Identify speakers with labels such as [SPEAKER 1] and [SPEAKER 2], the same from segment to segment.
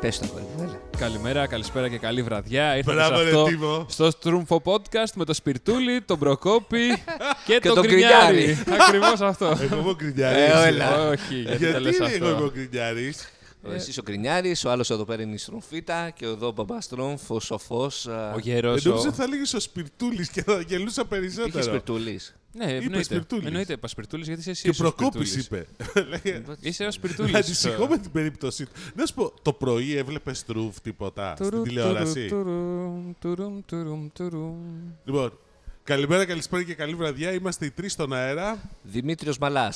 [SPEAKER 1] Πες το αγόρι μου, έλα.
[SPEAKER 2] Καλημέρα, καλησπέρα και καλή βραδιά. Ήρθατε
[SPEAKER 3] Μπράβο,
[SPEAKER 2] σε
[SPEAKER 3] ρε,
[SPEAKER 2] αυτό
[SPEAKER 3] Τίμο.
[SPEAKER 2] στο Στρούμφο Podcast με το Σπιρτούλη, τον Προκόπη και,
[SPEAKER 1] Και
[SPEAKER 2] τον
[SPEAKER 1] τον
[SPEAKER 2] Κρινιάρη. Ακριβώς αυτό.
[SPEAKER 3] Εγώ είμαι ο
[SPEAKER 1] Ε,
[SPEAKER 3] Κρινιάρης.
[SPEAKER 1] έλα.
[SPEAKER 2] Όχι, γιατί το
[SPEAKER 3] Γιατί
[SPEAKER 2] λες
[SPEAKER 3] είναι εγώ είμαι ο
[SPEAKER 2] αυτό.
[SPEAKER 3] Κρινιάρης.
[SPEAKER 1] Ε, Ο Εσύ ο Κρινιάρη, ο άλλος εδώ πέρα είναι η Στρομφίτα και εδώ ο Μπαμπά Στρομφ, ο Σοφός.
[SPEAKER 2] Ο γέρος.
[SPEAKER 3] Εντούτοις
[SPEAKER 2] ο-
[SPEAKER 3] Ε, θα λέγεις ο Σπιρτούλης και θα γελούσα
[SPEAKER 1] Είχε
[SPEAKER 3] περισσότερο.
[SPEAKER 1] σπιρτούλης.
[SPEAKER 2] Ναι, εννοείται.
[SPEAKER 3] Σπιρτούλης.
[SPEAKER 2] Εννοείται, είπα Σπιρτούλης, γιατί είσαι εσύ.
[SPEAKER 3] Και
[SPEAKER 2] ο
[SPEAKER 3] Προκόπης
[SPEAKER 2] Σπιρτούλης.
[SPEAKER 3] είπε.
[SPEAKER 2] Είσαι ο Σπιρτούλης. ε».
[SPEAKER 3] Αντισυχώ με την περίπτωσή του. Να σου πω, το πρωί έβλεπες τρούφ τίποτα στην
[SPEAKER 2] Τουρου,
[SPEAKER 3] τηλεόραση.
[SPEAKER 2] τουρου, τουρου, τουρου, τουρου.
[SPEAKER 3] Λοιπόν, καλημέρα, καλησπέρα και καλή βραδιά. Είμαστε οι τρεις στον αέρα.
[SPEAKER 1] Δημήτριος Μαλάς.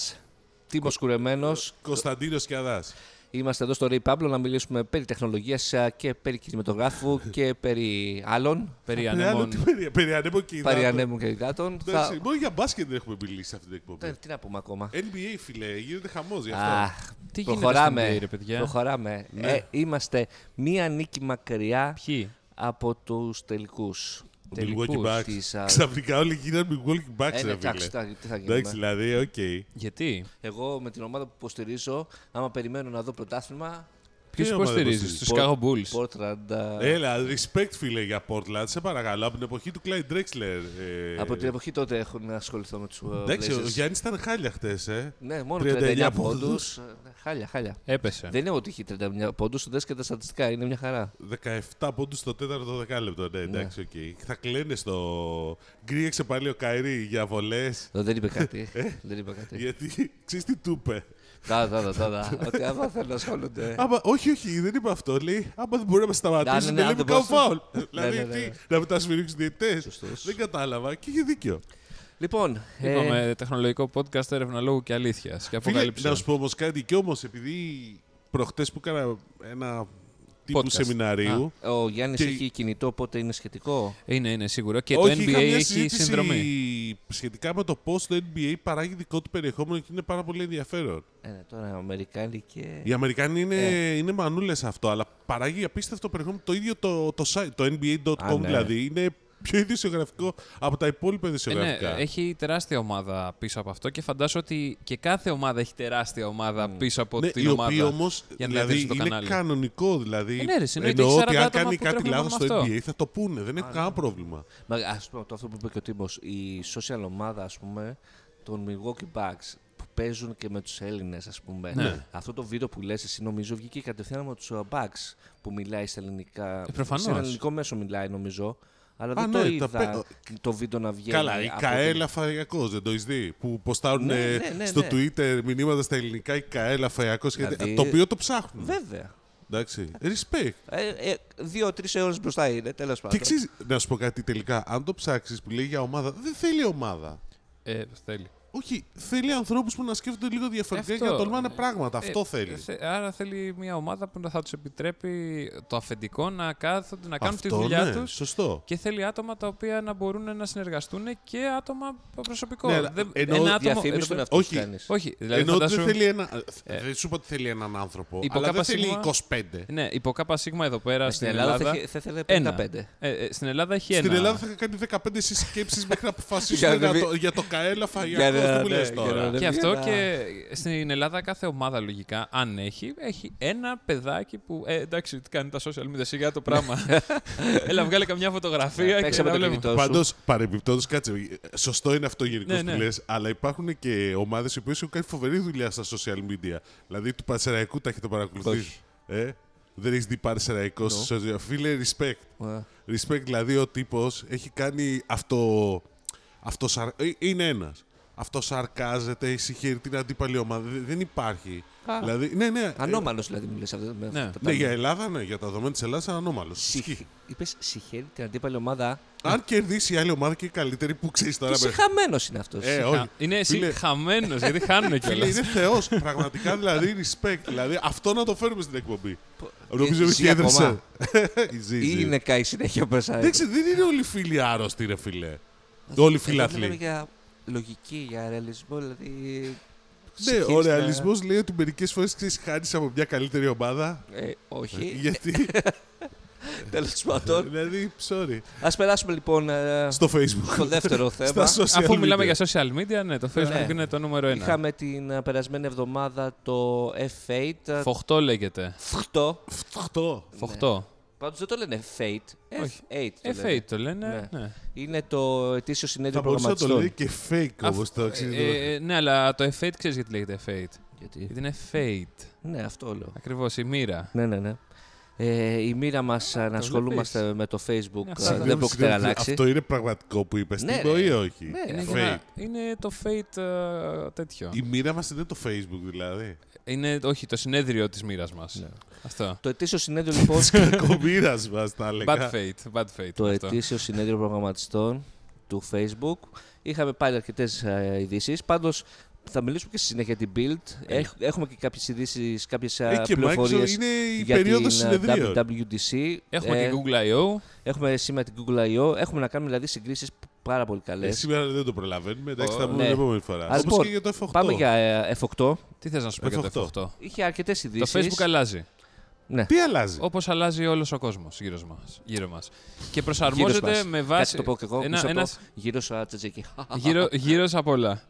[SPEAKER 1] Τίμο Κουρεμένος.
[SPEAKER 3] Κωνσταντίνος Κιαδάς.
[SPEAKER 1] Είμαστε εδώ στο Ray Pablo να μιλήσουμε περί τεχνολογίας και περί κινηματογράφου και περί άλλων.
[SPEAKER 2] Περί
[SPEAKER 3] Ναι, Άλλο
[SPEAKER 2] ανεμών.
[SPEAKER 3] τι περι- περιανέμω και
[SPEAKER 1] Παρί
[SPEAKER 3] ειδάτων.
[SPEAKER 1] ανέμων και υδάτων.
[SPEAKER 3] Εντάξει,
[SPEAKER 1] Θα... Ε,
[SPEAKER 3] Μόνο για μπάσκετ δεν έχουμε μιλήσει σε αυτή την εκπομπή.
[SPEAKER 2] Ναι.
[SPEAKER 1] Τι να πούμε ακόμα.
[SPEAKER 3] NBA, φίλε, γίνεται χαμός Ε, γι' αυτό. Ναι.
[SPEAKER 1] Αχ,
[SPEAKER 2] Τι γίνεται
[SPEAKER 1] προχωράμε.
[SPEAKER 2] στην NBA, ρε παιδιά?
[SPEAKER 1] προχωράμε. Ε, είμαστε μία νίκη μακριά
[SPEAKER 2] Ποιοι.
[SPEAKER 1] από τους τελικούς.
[SPEAKER 3] Ο Milwaukee
[SPEAKER 2] τελικούς
[SPEAKER 1] της,
[SPEAKER 3] Bucks.
[SPEAKER 1] α,
[SPEAKER 3] Ξαφνικά όλοι γίνανε Milwaukee Bucks,
[SPEAKER 1] Ε, ναι,
[SPEAKER 3] ρε
[SPEAKER 1] εντάξει,
[SPEAKER 3] φίλε.
[SPEAKER 1] τι θα- τι θα ναι.
[SPEAKER 3] Εντάξει,
[SPEAKER 1] γίνουμε.
[SPEAKER 3] δηλαδή, οκ.
[SPEAKER 2] Γιατί.
[SPEAKER 1] Εγώ με την ομάδα που υποστηρίζω, άμα περιμένω να δω πρωτάθλημα,
[SPEAKER 2] Ποιους
[SPEAKER 3] ομάδα
[SPEAKER 2] υποστηρίζεις,
[SPEAKER 3] υποστηρίζεις?
[SPEAKER 2] τους Chicago Bulls.
[SPEAKER 1] Portland, α,
[SPEAKER 3] Έλα, respect, φίλε, για Portland. Σε παρακαλώ, από την εποχή του Clyde Drexler. ε,
[SPEAKER 1] από την εποχή τότε έχουν ασχοληθώ με τους ε,
[SPEAKER 3] Εντάξει, ο
[SPEAKER 1] Blazers.
[SPEAKER 3] Γιάννης ήταν χάλια χτες, ε.
[SPEAKER 1] Ναι, μόνο
[SPEAKER 3] 39
[SPEAKER 1] 39
[SPEAKER 3] πόντους. Ναι.
[SPEAKER 1] πόντους. Ε, Χάλια, χάλια.
[SPEAKER 2] Έπεσε.
[SPEAKER 1] Δεν είναι ότι είχε 39 πόντους, δες και τα στατιστικά, είναι μια χαρά.
[SPEAKER 3] 17 πόντους στο τέταρτο δεκάλεπτο. Ναι, εντάξει, οκ. Θα κλαίνε στο. Γκρίεξε πάλι ο Καηρή για βολές.
[SPEAKER 1] Ε, Δεν είπε κάτι. Δεν είπε κάτι.
[SPEAKER 3] Γιατί ξέρεις τι του είπε.
[SPEAKER 1] Τα, τα, τα, τα, τα. Ότι άμα θέλουν να ασχολούνται.
[SPEAKER 3] Άμα, όχι, όχι, δεν είπε αυτό. Λέει, άμα δεν μπορεί να με
[SPEAKER 1] Ναι,
[SPEAKER 3] σταματήσει,
[SPEAKER 1] ναι, ναι,
[SPEAKER 3] δεν λέει
[SPEAKER 1] αν
[SPEAKER 3] μου
[SPEAKER 1] δεν
[SPEAKER 3] κάνω
[SPEAKER 1] μπορούσε.
[SPEAKER 3] φάουλ.
[SPEAKER 1] Ναι, ναι,
[SPEAKER 3] Δηλαδή,
[SPEAKER 1] ναι, ναι.
[SPEAKER 3] τι, να μην τα σφυρίξουν διαιτητές.
[SPEAKER 1] Σωστός.
[SPEAKER 3] Δεν κατάλαβα και είχε δίκιο.
[SPEAKER 1] Λοιπόν, ε,
[SPEAKER 2] Είπαμε τεχνολογικό podcast έρευνα λόγου και αλήθεια. Και
[SPEAKER 3] Φίλε,
[SPEAKER 2] αποκάλυψε.
[SPEAKER 3] να σου πω όμως κάτι κι όμως, επειδή προχτές που έκανα ένα τύπου
[SPEAKER 2] Podcast.
[SPEAKER 3] σεμιναρίου.
[SPEAKER 1] ο Γιάννης
[SPEAKER 3] και-
[SPEAKER 1] έχει κινητό, οπότε είναι σχετικό.
[SPEAKER 2] Είναι, είναι σίγουρο. Και
[SPEAKER 3] όχι,
[SPEAKER 2] το NBA
[SPEAKER 3] είχα μια
[SPEAKER 2] έχει
[SPEAKER 3] συζήτηση
[SPEAKER 2] συνδρομή.
[SPEAKER 3] σχετικά με το πώς το NBA παράγει δικό του περιεχόμενο και είναι πάρα πολύ ενδιαφέρον.
[SPEAKER 1] Ε, ναι, τώρα Αμερικάνικε.
[SPEAKER 3] Οι Αμερικάνοι είναι,
[SPEAKER 1] Ε.
[SPEAKER 3] είναι μανούλες αυτό, αλλά παράγει απίστευτο περιεχόμενο το ίδιο το, το site, το NBA.com
[SPEAKER 1] Α, ναι.
[SPEAKER 3] δηλαδή. Είναι πιο ειδησιογραφικό από τα υπόλοιπα
[SPEAKER 2] Ε, ναι,
[SPEAKER 3] ειδησιογραφικά.
[SPEAKER 2] έχει τεράστια ομάδα πίσω από αυτό και φαντάζομαι ότι και κάθε ομάδα έχει τεράστια ομάδα πίσω από
[SPEAKER 3] Ναι,
[SPEAKER 2] την
[SPEAKER 3] οι
[SPEAKER 2] ομάδα.
[SPEAKER 3] οποίοι όμως
[SPEAKER 2] για να
[SPEAKER 3] δηλαδή,
[SPEAKER 2] διατηρήσουν το
[SPEAKER 3] είναι
[SPEAKER 2] κανάλι.
[SPEAKER 3] κανονικό. Δηλαδή,
[SPEAKER 2] Ε, ναι, ρε, συνεννοείται,
[SPEAKER 3] εννοώ
[SPEAKER 2] έχει 40
[SPEAKER 3] ότι αν
[SPEAKER 2] άτομα
[SPEAKER 3] κάνει
[SPEAKER 2] που
[SPEAKER 3] κάτι
[SPEAKER 2] τρέχουν
[SPEAKER 3] λάθος
[SPEAKER 2] μόνο με
[SPEAKER 3] στο
[SPEAKER 2] αυτό.
[SPEAKER 3] NBA θα το πούνε. Δεν έχω κανένα πρόβλημα.
[SPEAKER 1] Μα ας πούμε, το αυτό που είπε και ο Τίμος, η social ομάδα ας πούμε των Milwaukee Bucks που παίζουν και με τους Έλληνες ας πούμε.
[SPEAKER 3] Ναι.
[SPEAKER 1] Αυτό το βίντεο που λες εσύ νομίζω βγήκε κατευθείαν από τους uh, Bucks που μιλάει στα ελληνικά.
[SPEAKER 2] προφανώς.
[SPEAKER 1] Σε ένα ελληνικό μέσο μιλάει νομίζω. Αλλά
[SPEAKER 3] Ε, Α,
[SPEAKER 1] δεν
[SPEAKER 3] ναι,
[SPEAKER 1] το
[SPEAKER 3] τα
[SPEAKER 1] είδα
[SPEAKER 3] πέ-
[SPEAKER 1] το βίντεο να βγαίνει.
[SPEAKER 3] Καλά, η
[SPEAKER 1] από το-
[SPEAKER 3] Καέλα Φαριακός, δεν το έχεις δει. Που ποστάρουν
[SPEAKER 1] Ναι,
[SPEAKER 3] ε,
[SPEAKER 1] ναι, ναι,
[SPEAKER 3] στο
[SPEAKER 1] ναι.
[SPEAKER 3] Twitter μηνύματα στα ελληνικά η Καέλα Φαριακός.
[SPEAKER 1] Δηλαδή-
[SPEAKER 3] Το οποίο το ψάχνουν.
[SPEAKER 1] Βέβαια.
[SPEAKER 3] Εντάξει. Respect.
[SPEAKER 1] Ε, ε, Δύο-τρει αιώνε μπροστά είναι, τέλος
[SPEAKER 3] Και
[SPEAKER 1] πάντων.
[SPEAKER 3] ξέρεις, να σου πω κάτι τελικά. Αν το ψάξεις που λέει για ομάδα, δεν θέλει ομάδα.
[SPEAKER 2] Ε, θέλει.
[SPEAKER 3] Όχι, θέλει ανθρώπους που να σκέφτονται λίγο διαφορετικά
[SPEAKER 2] Αυτό,
[SPEAKER 3] και να τολμάνε
[SPEAKER 2] ναι.
[SPEAKER 3] πράγματα. Αυτό
[SPEAKER 2] Ε,
[SPEAKER 3] θέλει.
[SPEAKER 2] θε- άρα θέλει μια ομάδα που θα τους επιτρέπει το αφεντικό να κάθονται, να κάνουν
[SPEAKER 3] Αυτό,
[SPEAKER 2] τη δουλειά
[SPEAKER 3] ναι,
[SPEAKER 2] τους.
[SPEAKER 3] Σωστό.
[SPEAKER 2] Και θέλει άτομα τα οποία να μπορούν να συνεργαστούν και άτομα προσωπικό.
[SPEAKER 3] Ναι, αλλά
[SPEAKER 2] Δεν-
[SPEAKER 3] εννοώ
[SPEAKER 2] ένα άτομο-
[SPEAKER 1] Διαφήμιση
[SPEAKER 2] ρε,
[SPEAKER 1] στον εαυτό σου
[SPEAKER 3] όχι.
[SPEAKER 1] κάνεις.
[SPEAKER 2] Όχι, δηλαδή
[SPEAKER 3] Ενώ ότι
[SPEAKER 2] φαντάσου-
[SPEAKER 3] δεν θέλει ένα.
[SPEAKER 1] Ε,
[SPEAKER 3] ε, Δεν σου είπα ότι θέλει έναν άνθρωπο.
[SPEAKER 2] υπό
[SPEAKER 3] Αλλά δεν
[SPEAKER 2] κάπα
[SPEAKER 3] θέλει
[SPEAKER 2] σίγμα-
[SPEAKER 3] 25.
[SPEAKER 2] Ναι, υπό ΚΣ εδώ
[SPEAKER 3] Ε,
[SPEAKER 2] πέρα στην
[SPEAKER 1] Ε, Στην Ελλάδα θα,
[SPEAKER 2] Ελλάδα.
[SPEAKER 1] είχε- θα ήθελε
[SPEAKER 2] Ένα.
[SPEAKER 1] 55.
[SPEAKER 2] Ε, ε, στην Ελλάδα έχει
[SPEAKER 3] Στην
[SPEAKER 2] ένα.
[SPEAKER 3] Ελλάδα θα είχα κάνει 15 συσκέψεις μέχρι να
[SPEAKER 1] ναι, Για
[SPEAKER 3] αποφασίσουμε
[SPEAKER 1] να
[SPEAKER 3] για,
[SPEAKER 1] δει-
[SPEAKER 3] το, για το Καέλα
[SPEAKER 1] Για να-
[SPEAKER 3] Φαγιακό. Τι μου
[SPEAKER 1] ναι,
[SPEAKER 3] λε
[SPEAKER 1] για να
[SPEAKER 3] τώρα.
[SPEAKER 1] δει-
[SPEAKER 2] Και αυτό
[SPEAKER 1] Ένα.
[SPEAKER 2] και στην Ελλάδα κάθε ομάδα λογικά, αν έχει, έχει ένα παιδάκι που. Ε, εντάξει, τι κάνει τα social media, σιγά το πράγμα. Έλα, βγάλε καμιά φωτογραφία και
[SPEAKER 1] Παίξε με
[SPEAKER 2] να
[SPEAKER 1] Ναι, το
[SPEAKER 2] βλέπουμε.
[SPEAKER 1] κινητό σου.
[SPEAKER 3] Πάντως, παρεμπιπτόντως, κάτσε. Σωστό είναι αυτό γενικώ
[SPEAKER 2] Ναι,
[SPEAKER 3] που
[SPEAKER 2] ναι.
[SPEAKER 3] λες, αλλά υπάρχουν και ομάδες οι οποίες έχουν κάνει φοβερή δουλειά στα social media. Δηλαδή, του Πανσεραϊκού τα έχετε παρακολουθήσει. Ε? Δεν έχεις δει Πανσεραϊκός no. Φίλε, respect.
[SPEAKER 1] Ε.
[SPEAKER 3] Respect, δηλαδή ο τύπος έχει κάνει αυτό. αυτοσαρ- ε, Είναι ένας. Αυτό σαρκάζεται, συγχαίρει την αντίπαλη ομάδα. Δε- Δεν υπάρχει.
[SPEAKER 1] Α.
[SPEAKER 3] Δηλαδή, ναι, ναι. ε,
[SPEAKER 1] Ανώμαλος δηλαδή μιλέ αυτό. με
[SPEAKER 2] Ναι.
[SPEAKER 1] αυτά τα-
[SPEAKER 3] Ναι, για Ελλάδα, ναι, για τα δεδομένα της Ελλάδας, ανώμαλο.
[SPEAKER 1] Είπε συχαίρει την αντίπαλη ομάδα.
[SPEAKER 3] Αν κερδίσει η άλλη ομάδα και η καλύτερη, που ξέρεις τώρα.
[SPEAKER 1] Είσαι
[SPEAKER 3] με-
[SPEAKER 1] χαμένο είναι αυτός.
[SPEAKER 3] Ε,
[SPEAKER 2] Α,
[SPEAKER 3] όχι.
[SPEAKER 2] Είναι εσύ
[SPEAKER 3] Φίλε,
[SPEAKER 2] χαμένο, γιατί χάνουν
[SPEAKER 3] Φίλε,
[SPEAKER 2] κιόλας.
[SPEAKER 3] είναι θεός. Πραγματικά δηλαδή respect. Δηλαδή αυτό να το φέρουμε στην εκπομπή. Νομίζω
[SPEAKER 1] ζει
[SPEAKER 3] ότι κέρδισε.
[SPEAKER 1] ακόμα?
[SPEAKER 3] Η Ζή,
[SPEAKER 1] Ή
[SPEAKER 3] ζει.
[SPEAKER 1] είναι καεί συνέχεια μέσα.
[SPEAKER 3] Δεν ξέρω, δεν είναι όλοι οι φίλοι άρρωστοι, ρε φίλε. Όλοι οι
[SPEAKER 1] Μιλάμε
[SPEAKER 3] φιλαθλοί.
[SPEAKER 1] για λογική, για ρεαλισμό, δηλαδή.
[SPEAKER 3] Ναι,
[SPEAKER 1] συγχαίρεις
[SPEAKER 3] ο
[SPEAKER 1] να-
[SPEAKER 3] ρεαλισμός λέει ότι μερικές φορές ξέρεις χάρη από μια καλύτερη ομάδα.
[SPEAKER 1] Ε, όχι.
[SPEAKER 3] Γιατί.
[SPEAKER 1] Τέλος πάντων.
[SPEAKER 3] Ε, δηλαδή, sorry.
[SPEAKER 1] Ας περάσουμε λοιπόν ε,
[SPEAKER 3] Στο Facebook.
[SPEAKER 1] στο δεύτερο θέμα.
[SPEAKER 3] Στα social
[SPEAKER 2] Αφού
[SPEAKER 3] media.
[SPEAKER 2] μιλάμε για social media, ναι, το Facebook
[SPEAKER 1] Ναι.
[SPEAKER 2] είναι το νούμερο ένα.
[SPEAKER 1] Είχαμε την ε, περασμένη εβδομάδα το ε, F8.
[SPEAKER 2] Φοχτό
[SPEAKER 1] Ναι.
[SPEAKER 2] λέγεται.
[SPEAKER 1] Φοχτό.
[SPEAKER 3] Φτωχτό.
[SPEAKER 2] Φοχτό.
[SPEAKER 1] Πάντως δεν το λένε F8.
[SPEAKER 2] Όχι.
[SPEAKER 1] F8. το
[SPEAKER 2] F8
[SPEAKER 1] λένε.
[SPEAKER 2] το λένε.
[SPEAKER 1] Ναι.
[SPEAKER 2] ναι.
[SPEAKER 1] Είναι το ετήσιο συνέδριο
[SPEAKER 3] Θα μπορούσε να το λέει
[SPEAKER 1] Ε, προγραμματιστών.
[SPEAKER 3] και fake
[SPEAKER 2] Αφ-
[SPEAKER 3] όπω το αξίζει.
[SPEAKER 2] Ε, ε, ναι, αλλά το F8 ξέρεις γιατί λέγεται F8.
[SPEAKER 1] Γιατί...
[SPEAKER 2] Γιατί είναι Fate.
[SPEAKER 1] Ναι, αυτό λέω.
[SPEAKER 2] Ακριβώς, η μοίρα.
[SPEAKER 1] Ναι, ναι, ναι. Ε, η μοίρα μας να ασχολούμαστε με το Facebook
[SPEAKER 2] Ναι,
[SPEAKER 1] ε,
[SPEAKER 2] αυτά τα-
[SPEAKER 1] δεν πρόκειται να αλλάξει.
[SPEAKER 3] Αυτό είναι πραγματικό που είπες.
[SPEAKER 1] Ναι,
[SPEAKER 3] Ναι,
[SPEAKER 1] ρε.
[SPEAKER 3] ή όχι.
[SPEAKER 1] Ναι,
[SPEAKER 2] Είναι,
[SPEAKER 1] Fate.
[SPEAKER 2] για να- είναι το Fate ε, τέτοιο.
[SPEAKER 3] Η μοίρα μας είναι το Facebook δηλαδή.
[SPEAKER 2] Είναι, όχι, το συνέδριο της μοίρας μας.
[SPEAKER 3] Ναι.
[SPEAKER 2] Αυτό.
[SPEAKER 1] Το ετήσιο συνέδριο λοιπόν.
[SPEAKER 3] Ο μοίρα μας τα
[SPEAKER 2] Bad
[SPEAKER 3] έλεγα.
[SPEAKER 2] fate, bad fate.
[SPEAKER 1] το ε,
[SPEAKER 2] αυτό.
[SPEAKER 1] ετήσιο συνέδριο προγραμματιστών του Facebook. Είχαμε πάλι αρκετές ειδήσεις. Πάντως θα μιλήσουμε και στη συνέχεια για την Build. Έχ- έχουμε και κάποιες ειδήσεις,
[SPEAKER 3] Ε,
[SPEAKER 1] κάποιε
[SPEAKER 3] και
[SPEAKER 1] πληροφορίες.
[SPEAKER 3] Microsoft είναι η
[SPEAKER 1] για την
[SPEAKER 3] περίοδο
[SPEAKER 1] ε,
[SPEAKER 3] συνεδρίων.
[SPEAKER 1] WWDC.
[SPEAKER 2] Έχουμε
[SPEAKER 1] Ε,
[SPEAKER 2] και Google I.O.
[SPEAKER 1] Έχουμε σήμερα την Google I.O. Έχουμε να κάνουμε δηλαδή συγκρίσεις πάρα πολύ
[SPEAKER 3] Ε,
[SPEAKER 1] καλέ.
[SPEAKER 3] σήμερα δεν το προλαβαίνουμε. Εντάξει,
[SPEAKER 2] Ω,
[SPEAKER 3] θα πούμε
[SPEAKER 1] ναι.
[SPEAKER 3] την επόμενη φορά.
[SPEAKER 1] Ας
[SPEAKER 3] Όπως
[SPEAKER 1] πω,
[SPEAKER 3] και για το F8.
[SPEAKER 1] Πάμε για ε, F8.
[SPEAKER 2] Τι θες να σου πω για
[SPEAKER 3] F8.
[SPEAKER 2] το F8.
[SPEAKER 1] Είχε αρκετές ειδήσεις.
[SPEAKER 2] Το Facebook αλλάζει.
[SPEAKER 1] Ναι.
[SPEAKER 3] Τι αλλάζει.
[SPEAKER 2] Όπως αλλάζει όλος ο κόσμος γύρω μας. Γύρω μας. Και
[SPEAKER 1] Γύρω
[SPEAKER 2] προσαρμόζεται
[SPEAKER 1] σας.
[SPEAKER 2] με βάση.
[SPEAKER 1] Κάτι το πω και εγώ.
[SPEAKER 2] ένα-
[SPEAKER 1] Ένα,
[SPEAKER 2] ένας- Ε.
[SPEAKER 1] Γύρω στο τσετζίκι.
[SPEAKER 2] γύρω, γύρω απ' όλα.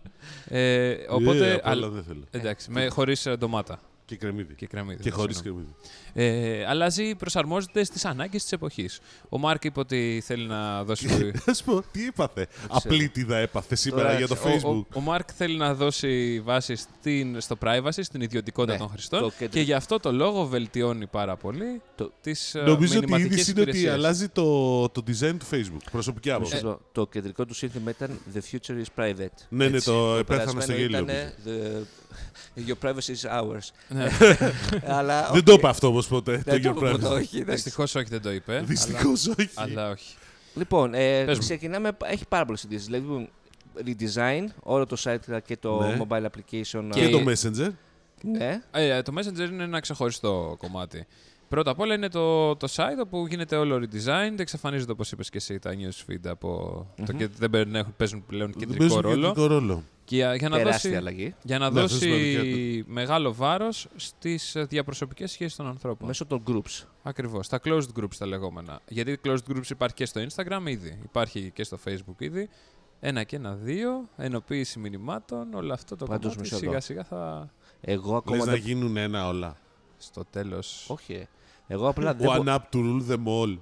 [SPEAKER 2] Ε, οπότε.
[SPEAKER 3] Ε, απ' όλα
[SPEAKER 2] αλ-
[SPEAKER 3] δεν θέλω.
[SPEAKER 2] Εντάξει, με, χωρίς ε, ντομάτα
[SPEAKER 3] Και κρεμμύδι.
[SPEAKER 2] και κρεμμύδι.
[SPEAKER 3] Και
[SPEAKER 2] ναι,
[SPEAKER 3] χωρίς
[SPEAKER 2] συγγνώμη.
[SPEAKER 3] κρεμμύδι.
[SPEAKER 2] Ε, αλλάζει, προσαρμόζεται στις ανάγκες της εποχής. Ο Μάρκ είπε ότι θέλει να δώσει...
[SPEAKER 3] Να σου πω, τι έπαθε. Απλήτιδα έπαθε σήμερα
[SPEAKER 1] Τώρα,
[SPEAKER 3] για το
[SPEAKER 2] Ο- Ο,
[SPEAKER 3] Facebook.
[SPEAKER 2] ο Μάρκ θέλει να δώσει βάση στην, στο privacy, στην ιδιωτικότητα
[SPEAKER 1] Ναι,
[SPEAKER 2] των χρηστών
[SPEAKER 1] το κέντρο.
[SPEAKER 2] και γι' αυτό το λόγο βελτιώνει πάρα πολύ
[SPEAKER 1] Το-
[SPEAKER 2] τις ε,
[SPEAKER 3] Νομίζω ότι η
[SPEAKER 2] μηνυματικές
[SPEAKER 3] είδηση είναι ότι
[SPEAKER 2] υπηρεσίες. Ε,
[SPEAKER 3] αλλάζει το, το design του Facebook. Προσωπική άποψη. Ε,
[SPEAKER 1] Σωστό. Το κεντρικό του σύνθημα ήταν The future is private.
[SPEAKER 3] ναι, ναι,
[SPEAKER 2] έτσι.
[SPEAKER 3] το
[SPEAKER 1] Περασμένο
[SPEAKER 3] επέθανα στο γέλιο.
[SPEAKER 1] ήταν
[SPEAKER 3] μου.
[SPEAKER 1] the... Your privacy is ours.
[SPEAKER 2] Ναι.
[SPEAKER 1] Αλλά,
[SPEAKER 3] Δεν το είπα αυτό όμως ποτέ. Το
[SPEAKER 1] Δεν το
[SPEAKER 3] Your
[SPEAKER 1] είπα ποτέ,
[SPEAKER 3] Private.
[SPEAKER 1] όχι. εντάξει.
[SPEAKER 2] Δυστυχώς όχι δεν το είπε,
[SPEAKER 3] Δυστυχώς όχι.
[SPEAKER 2] αλλά όχι.
[SPEAKER 1] Λοιπόν, ε,
[SPEAKER 2] Πες μου.
[SPEAKER 1] ξεκινάμε. Έχει πάρα πολλές ειδήσει. Δηλαδή, λοιπόν, redesign, όλο το site και το
[SPEAKER 3] Ναι.
[SPEAKER 1] mobile application. ε,
[SPEAKER 3] Και
[SPEAKER 2] Και-
[SPEAKER 3] το Messenger.
[SPEAKER 1] Ναι.
[SPEAKER 2] Ε, το Messenger είναι ένα ξεχωριστό κομμάτι. Πρώτα απ' όλα είναι το, το site όπου γίνεται όλο redesign, εξαφανίζονται όπως είπες και εσύ τα news feed από το
[SPEAKER 1] Μμμ.
[SPEAKER 2] και δεν παίρνουν- παίζουν πλέον
[SPEAKER 3] Δεν
[SPEAKER 2] κεντρικό
[SPEAKER 3] παίζουν
[SPEAKER 2] ρόλο.
[SPEAKER 3] κεντρικό ρόλο.
[SPEAKER 2] Και για, για να
[SPEAKER 1] Τεράστια
[SPEAKER 2] δώσει,
[SPEAKER 1] αλλαγή.
[SPEAKER 2] για να
[SPEAKER 3] Ναι, αυτό είναι
[SPEAKER 2] δώσει μεγάλο βάρος στις ε, διαπροσωπικές σχέσεις των ανθρώπων.
[SPEAKER 1] Μέσω των groups.
[SPEAKER 2] Ακριβώς, τα closed groups τα λεγόμενα. Γιατί closed groups υπάρχει και στο Instagram ήδη, υπάρχει και στο Facebook ήδη. Ένα και ένα δύο, ενοποίηση μηνυμάτων, όλο αυτό το
[SPEAKER 1] Πάντως,
[SPEAKER 2] κομμάτι
[SPEAKER 1] μισό εδώ.
[SPEAKER 2] σιγά σιγά θα...
[SPEAKER 1] Εγώ ακόμα
[SPEAKER 3] Λες να
[SPEAKER 1] δεν.
[SPEAKER 3] γίνουν ένα όλα.
[SPEAKER 2] στο τέλος.
[SPEAKER 1] Όχι. ε. Εγώ απλά δεν, μπο-
[SPEAKER 3] One up to rule them all.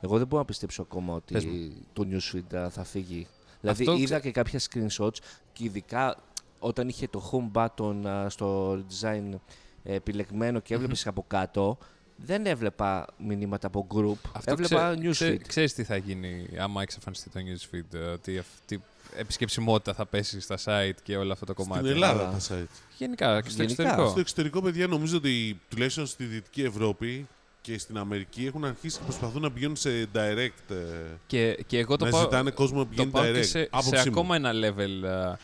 [SPEAKER 1] εγώ δεν μπορώ να πιστέψω ακόμα
[SPEAKER 2] Πες
[SPEAKER 1] ότι το newsfeed α, θα φύγει. Δηλαδή
[SPEAKER 2] Αυτό
[SPEAKER 1] είδα και κάποια screenshots και ειδικά όταν είχε το home button α, στο design ε, επιλεγμένο και έβλεπες από κάτω, δεν έβλεπα μηνύματα από group, έβλεπα
[SPEAKER 2] ξέ-
[SPEAKER 1] newsfeed.
[SPEAKER 2] ξέ- Ξέρεις τι θα γίνει άμα εξαφανιστεί το newsfeed, ε, ότι αυτή επισκεψιμότητα θα πέσει στα site και όλο αυτό το κομμάτι.
[SPEAKER 3] Στην Ελλάδα
[SPEAKER 1] Αλλά-
[SPEAKER 3] τα site.
[SPEAKER 2] Γενικά και στο
[SPEAKER 1] Γενικά,
[SPEAKER 2] εξωτερικό.
[SPEAKER 3] Στο εξωτερικό, παιδιά, νομίζω ότι τουλάχιστον στη Δυτική Ευρώπη και στην Αμερική έχουν αρχίσει και προσπαθούν να πηγαίνουν σε direct. ε,
[SPEAKER 2] Και, και εγώ το
[SPEAKER 3] να
[SPEAKER 2] πάω,
[SPEAKER 3] ζητάνε κόσμο να
[SPEAKER 2] το
[SPEAKER 3] πηγαίνει
[SPEAKER 2] πάω και
[SPEAKER 3] direct.
[SPEAKER 2] σε, σε
[SPEAKER 3] Άποψή μου.
[SPEAKER 2] ακόμα ένα level ε,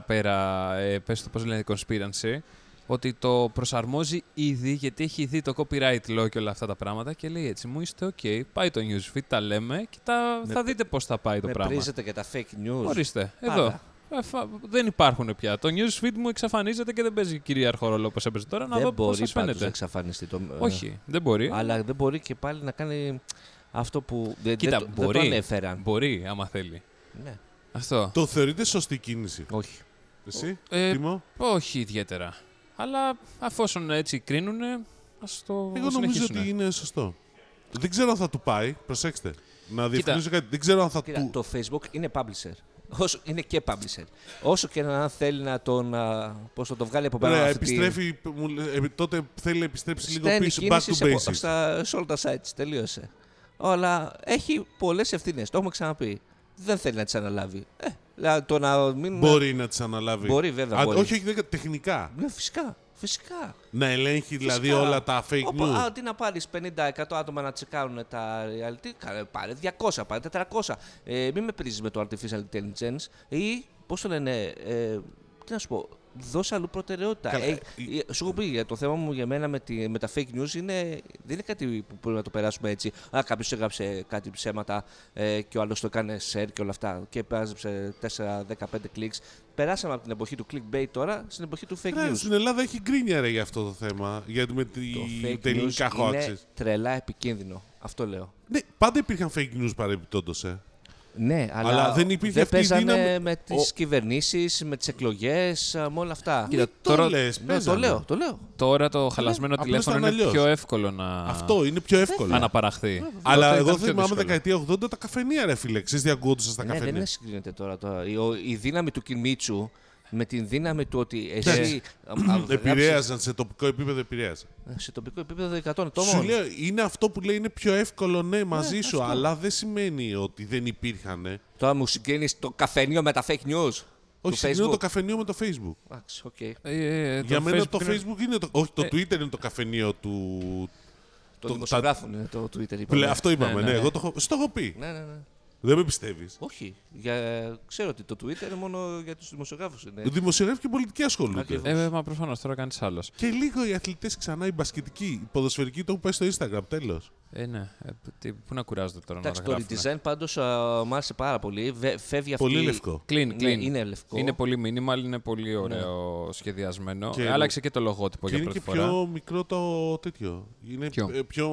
[SPEAKER 2] παραπέρα, ε, πες το πώς λένε, conspiracy, ότι το προσαρμόζει ήδη γιατί έχει δει το copyright law και όλα αυτά τα πράγματα και λέει έτσι μου είστε ok, πάει το newsfeed, τα λέμε και τα,
[SPEAKER 1] Με-
[SPEAKER 2] θα δείτε πώς θα πάει το
[SPEAKER 1] Με
[SPEAKER 2] πράγμα.
[SPEAKER 1] πρίζετε και τα fake news.
[SPEAKER 2] Ορίστε,
[SPEAKER 1] Πάντα.
[SPEAKER 2] εδώ. Ε, φα- Δεν υπάρχουν πια. Το newsfeed μου εξαφανίζεται και δεν παίζει κυρίαρχο ρόλο όπως έπαιζε τώρα. Να δω
[SPEAKER 1] δεν
[SPEAKER 2] πώς
[SPEAKER 1] μπορεί
[SPEAKER 2] σας
[SPEAKER 1] πάντως να
[SPEAKER 2] φαίνεται.
[SPEAKER 1] εξαφανιστεί το... ε,
[SPEAKER 2] Όχι, δεν μπορεί.
[SPEAKER 1] Αλλά δεν μπορεί και πάλι να κάνει αυτό που δεν, δεν,
[SPEAKER 2] Κοίτα,
[SPEAKER 1] το- δεν
[SPEAKER 2] μπορεί.
[SPEAKER 1] το ανέφεραν.
[SPEAKER 2] Μπορεί, άμα θέλει.
[SPEAKER 1] Ναι.
[SPEAKER 2] Αυτό.
[SPEAKER 3] Το θεωρείτε σωστή κίνηση.
[SPEAKER 1] Όχι.
[SPEAKER 3] Εσύ,
[SPEAKER 2] Ε,
[SPEAKER 3] Τίμω.
[SPEAKER 2] Όχι ιδιαίτερα. Αλλά αφόσον έτσι κρίνουν, ας το
[SPEAKER 3] Εγώ νομίζω
[SPEAKER 2] συνεχίσουνε.
[SPEAKER 3] ότι είναι σωστό. Δεν ξέρω αν θα του πάει. Προσέξτε. Να διευκρινίσω κάτι. Δεν ξέρω αν θα
[SPEAKER 1] Κοίτα,
[SPEAKER 3] του.
[SPEAKER 1] το Facebook είναι publisher. Όσο, είναι και publisher. Όσο και να θέλει να τον, α, πώς θα τον βγάλει από πέρα.
[SPEAKER 3] Ρε,
[SPEAKER 1] αυτή τη-
[SPEAKER 3] επιστρέφει, μου λέ- ε, τότε θέλει να επιστρέψει λίγο
[SPEAKER 1] στέλνει
[SPEAKER 3] πίσω, back
[SPEAKER 1] κίνηση
[SPEAKER 3] to
[SPEAKER 1] σε, πο-
[SPEAKER 3] basics.
[SPEAKER 1] στα, σε όλα τα sites. Τελείωσε. Αλλά έχει πολλές ευθύνες. Το έχουμε ξαναπεί. Δεν θέλει να τις αναλάβει. Ε, δηλαδή, το να μην...
[SPEAKER 3] Μπορεί να τις αναλάβει.
[SPEAKER 1] Μπορεί, βέβαια,
[SPEAKER 3] Α,
[SPEAKER 1] μπορεί.
[SPEAKER 3] Όχι, όχι, δεν- τεχνικά.
[SPEAKER 1] Ναι, φυσικά. Φυσικά.
[SPEAKER 3] Να ελέγχει δηλαδή
[SPEAKER 1] Φυσικά.
[SPEAKER 3] όλα τα fake
[SPEAKER 1] Όπα, α,
[SPEAKER 3] news.
[SPEAKER 1] αντί να πάρεις 50-100 άτομα να τσεκάρουν τα reality, κάνε- πάρε 200, πάρε 400. Ε, μην με πρίζεις με το artificial intelligence ή πώς το λένε. Ε, τι να σου πω, δώσε αλλού προτεραιότητα.
[SPEAKER 3] Καλά,
[SPEAKER 1] Ε,
[SPEAKER 3] ε,
[SPEAKER 1] ε, σου έχω πει για το θέμα μου για μένα με, τη, με τα fake news είναι, δεν είναι κάτι που πρέπει να το περάσουμε έτσι. Α, κάποιος έγραψε κάτι ψέματα ε, και ο άλλος το έκανε share και όλα αυτά και πέρασε 4-15 κλικ. Περάσαμε από την εποχή του clickbait τώρα στην εποχή του fake
[SPEAKER 3] Ρε,
[SPEAKER 1] news.
[SPEAKER 3] Ε, στην Ελλάδα έχει γκρίνια ρε για αυτό το θέμα. Γιατί με τη
[SPEAKER 1] Το fake news
[SPEAKER 3] τελικά
[SPEAKER 1] είναι
[SPEAKER 3] hoaxes.
[SPEAKER 1] τρελά επικίνδυνο. Αυτό λέω.
[SPEAKER 3] Ναι, πάντα υπήρχαν fake news παρεμπιπτόντως. Ε.
[SPEAKER 1] Ναι, αλλά,
[SPEAKER 3] Αλλά δεν υπήρχε αυτή η
[SPEAKER 1] παίζανε
[SPEAKER 3] δύναμη.
[SPEAKER 1] με τι
[SPEAKER 3] Ο-
[SPEAKER 1] κυβερνήσεις, με τις εκλογές, με όλα αυτά.
[SPEAKER 3] Μην το
[SPEAKER 2] τώρα-
[SPEAKER 3] λες,
[SPEAKER 1] ναι,
[SPEAKER 3] παίζανε.
[SPEAKER 1] το λέω, το λέω.
[SPEAKER 2] Τώρα το χαλασμένο
[SPEAKER 3] απλώς
[SPEAKER 2] τηλέφωνο
[SPEAKER 3] ήταν
[SPEAKER 2] είναι
[SPEAKER 3] αλλιώς.
[SPEAKER 2] πιο εύκολο να
[SPEAKER 3] Αυτό είναι πιο εύκολο.
[SPEAKER 2] αναπαραχθεί.
[SPEAKER 3] Αλλά
[SPEAKER 2] Τότε
[SPEAKER 3] εγώ
[SPEAKER 2] ήταν πιο
[SPEAKER 3] θυμάμαι
[SPEAKER 2] δύσκολο.
[SPEAKER 3] δεκαετία 80 τα καφενεία, ρε φίλε. Ξέρεις τι ακούγονταν στα
[SPEAKER 1] Ναι, δεν
[SPEAKER 3] καφενεία.
[SPEAKER 1] είναι συγκρίνεται τώρα. τώρα. Η, ο- η δύναμη του Κιμίτσου με την δύναμη του ότι εσύ. α, α,
[SPEAKER 3] Επηρέαζαν, σε τοπικό επίπεδο επηρέαζαν.
[SPEAKER 1] γράψεις Σε τοπικό επίπεδο 100
[SPEAKER 3] Σου
[SPEAKER 1] τόμων.
[SPEAKER 3] λέω, είναι αυτό που λέει είναι πιο εύκολο, ναι, μαζί σου, αλλά δεν σημαίνει ότι δεν υπήρχαν.
[SPEAKER 1] Τώρα μου συγγένει το καφενείο με τα fake news.
[SPEAKER 3] Όχι,
[SPEAKER 1] του
[SPEAKER 3] συγκρίνω
[SPEAKER 1] Facebook.
[SPEAKER 3] το καφενείο με το Facebook.
[SPEAKER 1] Εντάξει, οκ.
[SPEAKER 2] Ε, ε,
[SPEAKER 3] Για μένα το
[SPEAKER 2] είναι-
[SPEAKER 3] Facebook είναι το. Όχι, το
[SPEAKER 1] Ε,
[SPEAKER 3] Twitter είναι το καφενείο του.
[SPEAKER 1] Το
[SPEAKER 3] Το-
[SPEAKER 1] δημοσιογράφων είναι το Twitter. είπαμε.
[SPEAKER 3] Πλε- Αυτό είπαμε,
[SPEAKER 2] ναι,
[SPEAKER 3] ναι.
[SPEAKER 2] ναι.
[SPEAKER 3] Εγώ το έχω- στο έχω πει.
[SPEAKER 1] Ναι, ναι, ναι.
[SPEAKER 3] Δεν με πιστεύεις.
[SPEAKER 1] Όχι. Για... Ξέρω ότι το Twitter μόνο για τους δημοσιογράφους είναι.
[SPEAKER 3] Δημοσιογράφοι και πολιτικοί ασχολούνται.
[SPEAKER 1] Ναι. Ακριβώς.
[SPEAKER 2] Ε, ε, μα προφανώς τώρα κάνεις άλλος.
[SPEAKER 3] Και λίγο οι αθλητές ξανά, οι μπασκετικοί, οι ποδοσφαιρικοί το έχουν πάει στο Instagram, τέλος.
[SPEAKER 2] Ε, ναι. Ε, π- τι- πού να κουράζονται τώρα
[SPEAKER 1] Εντάξει,
[SPEAKER 2] να
[SPEAKER 1] το
[SPEAKER 2] γράφουν.
[SPEAKER 1] redesign πάντω μου άρεσε πάρα πολύ. Βε- Φεύγει αυτή.
[SPEAKER 3] Πολύ λευκό.
[SPEAKER 2] Clean,
[SPEAKER 1] Ναι,
[SPEAKER 2] clean.
[SPEAKER 1] είναι λευκό.
[SPEAKER 2] Είναι πολύ minimal, είναι πολύ ωραίο σχεδιασμένο.
[SPEAKER 3] Ναι. Και-
[SPEAKER 2] Άλλαξε και το λογότυπο
[SPEAKER 3] Και
[SPEAKER 2] για
[SPEAKER 3] είναι
[SPEAKER 2] πρώτη
[SPEAKER 3] και
[SPEAKER 2] φορά.
[SPEAKER 3] πιο μικρό το τέτοιο. Είναι
[SPEAKER 2] Ποιο?
[SPEAKER 3] ε, πιο.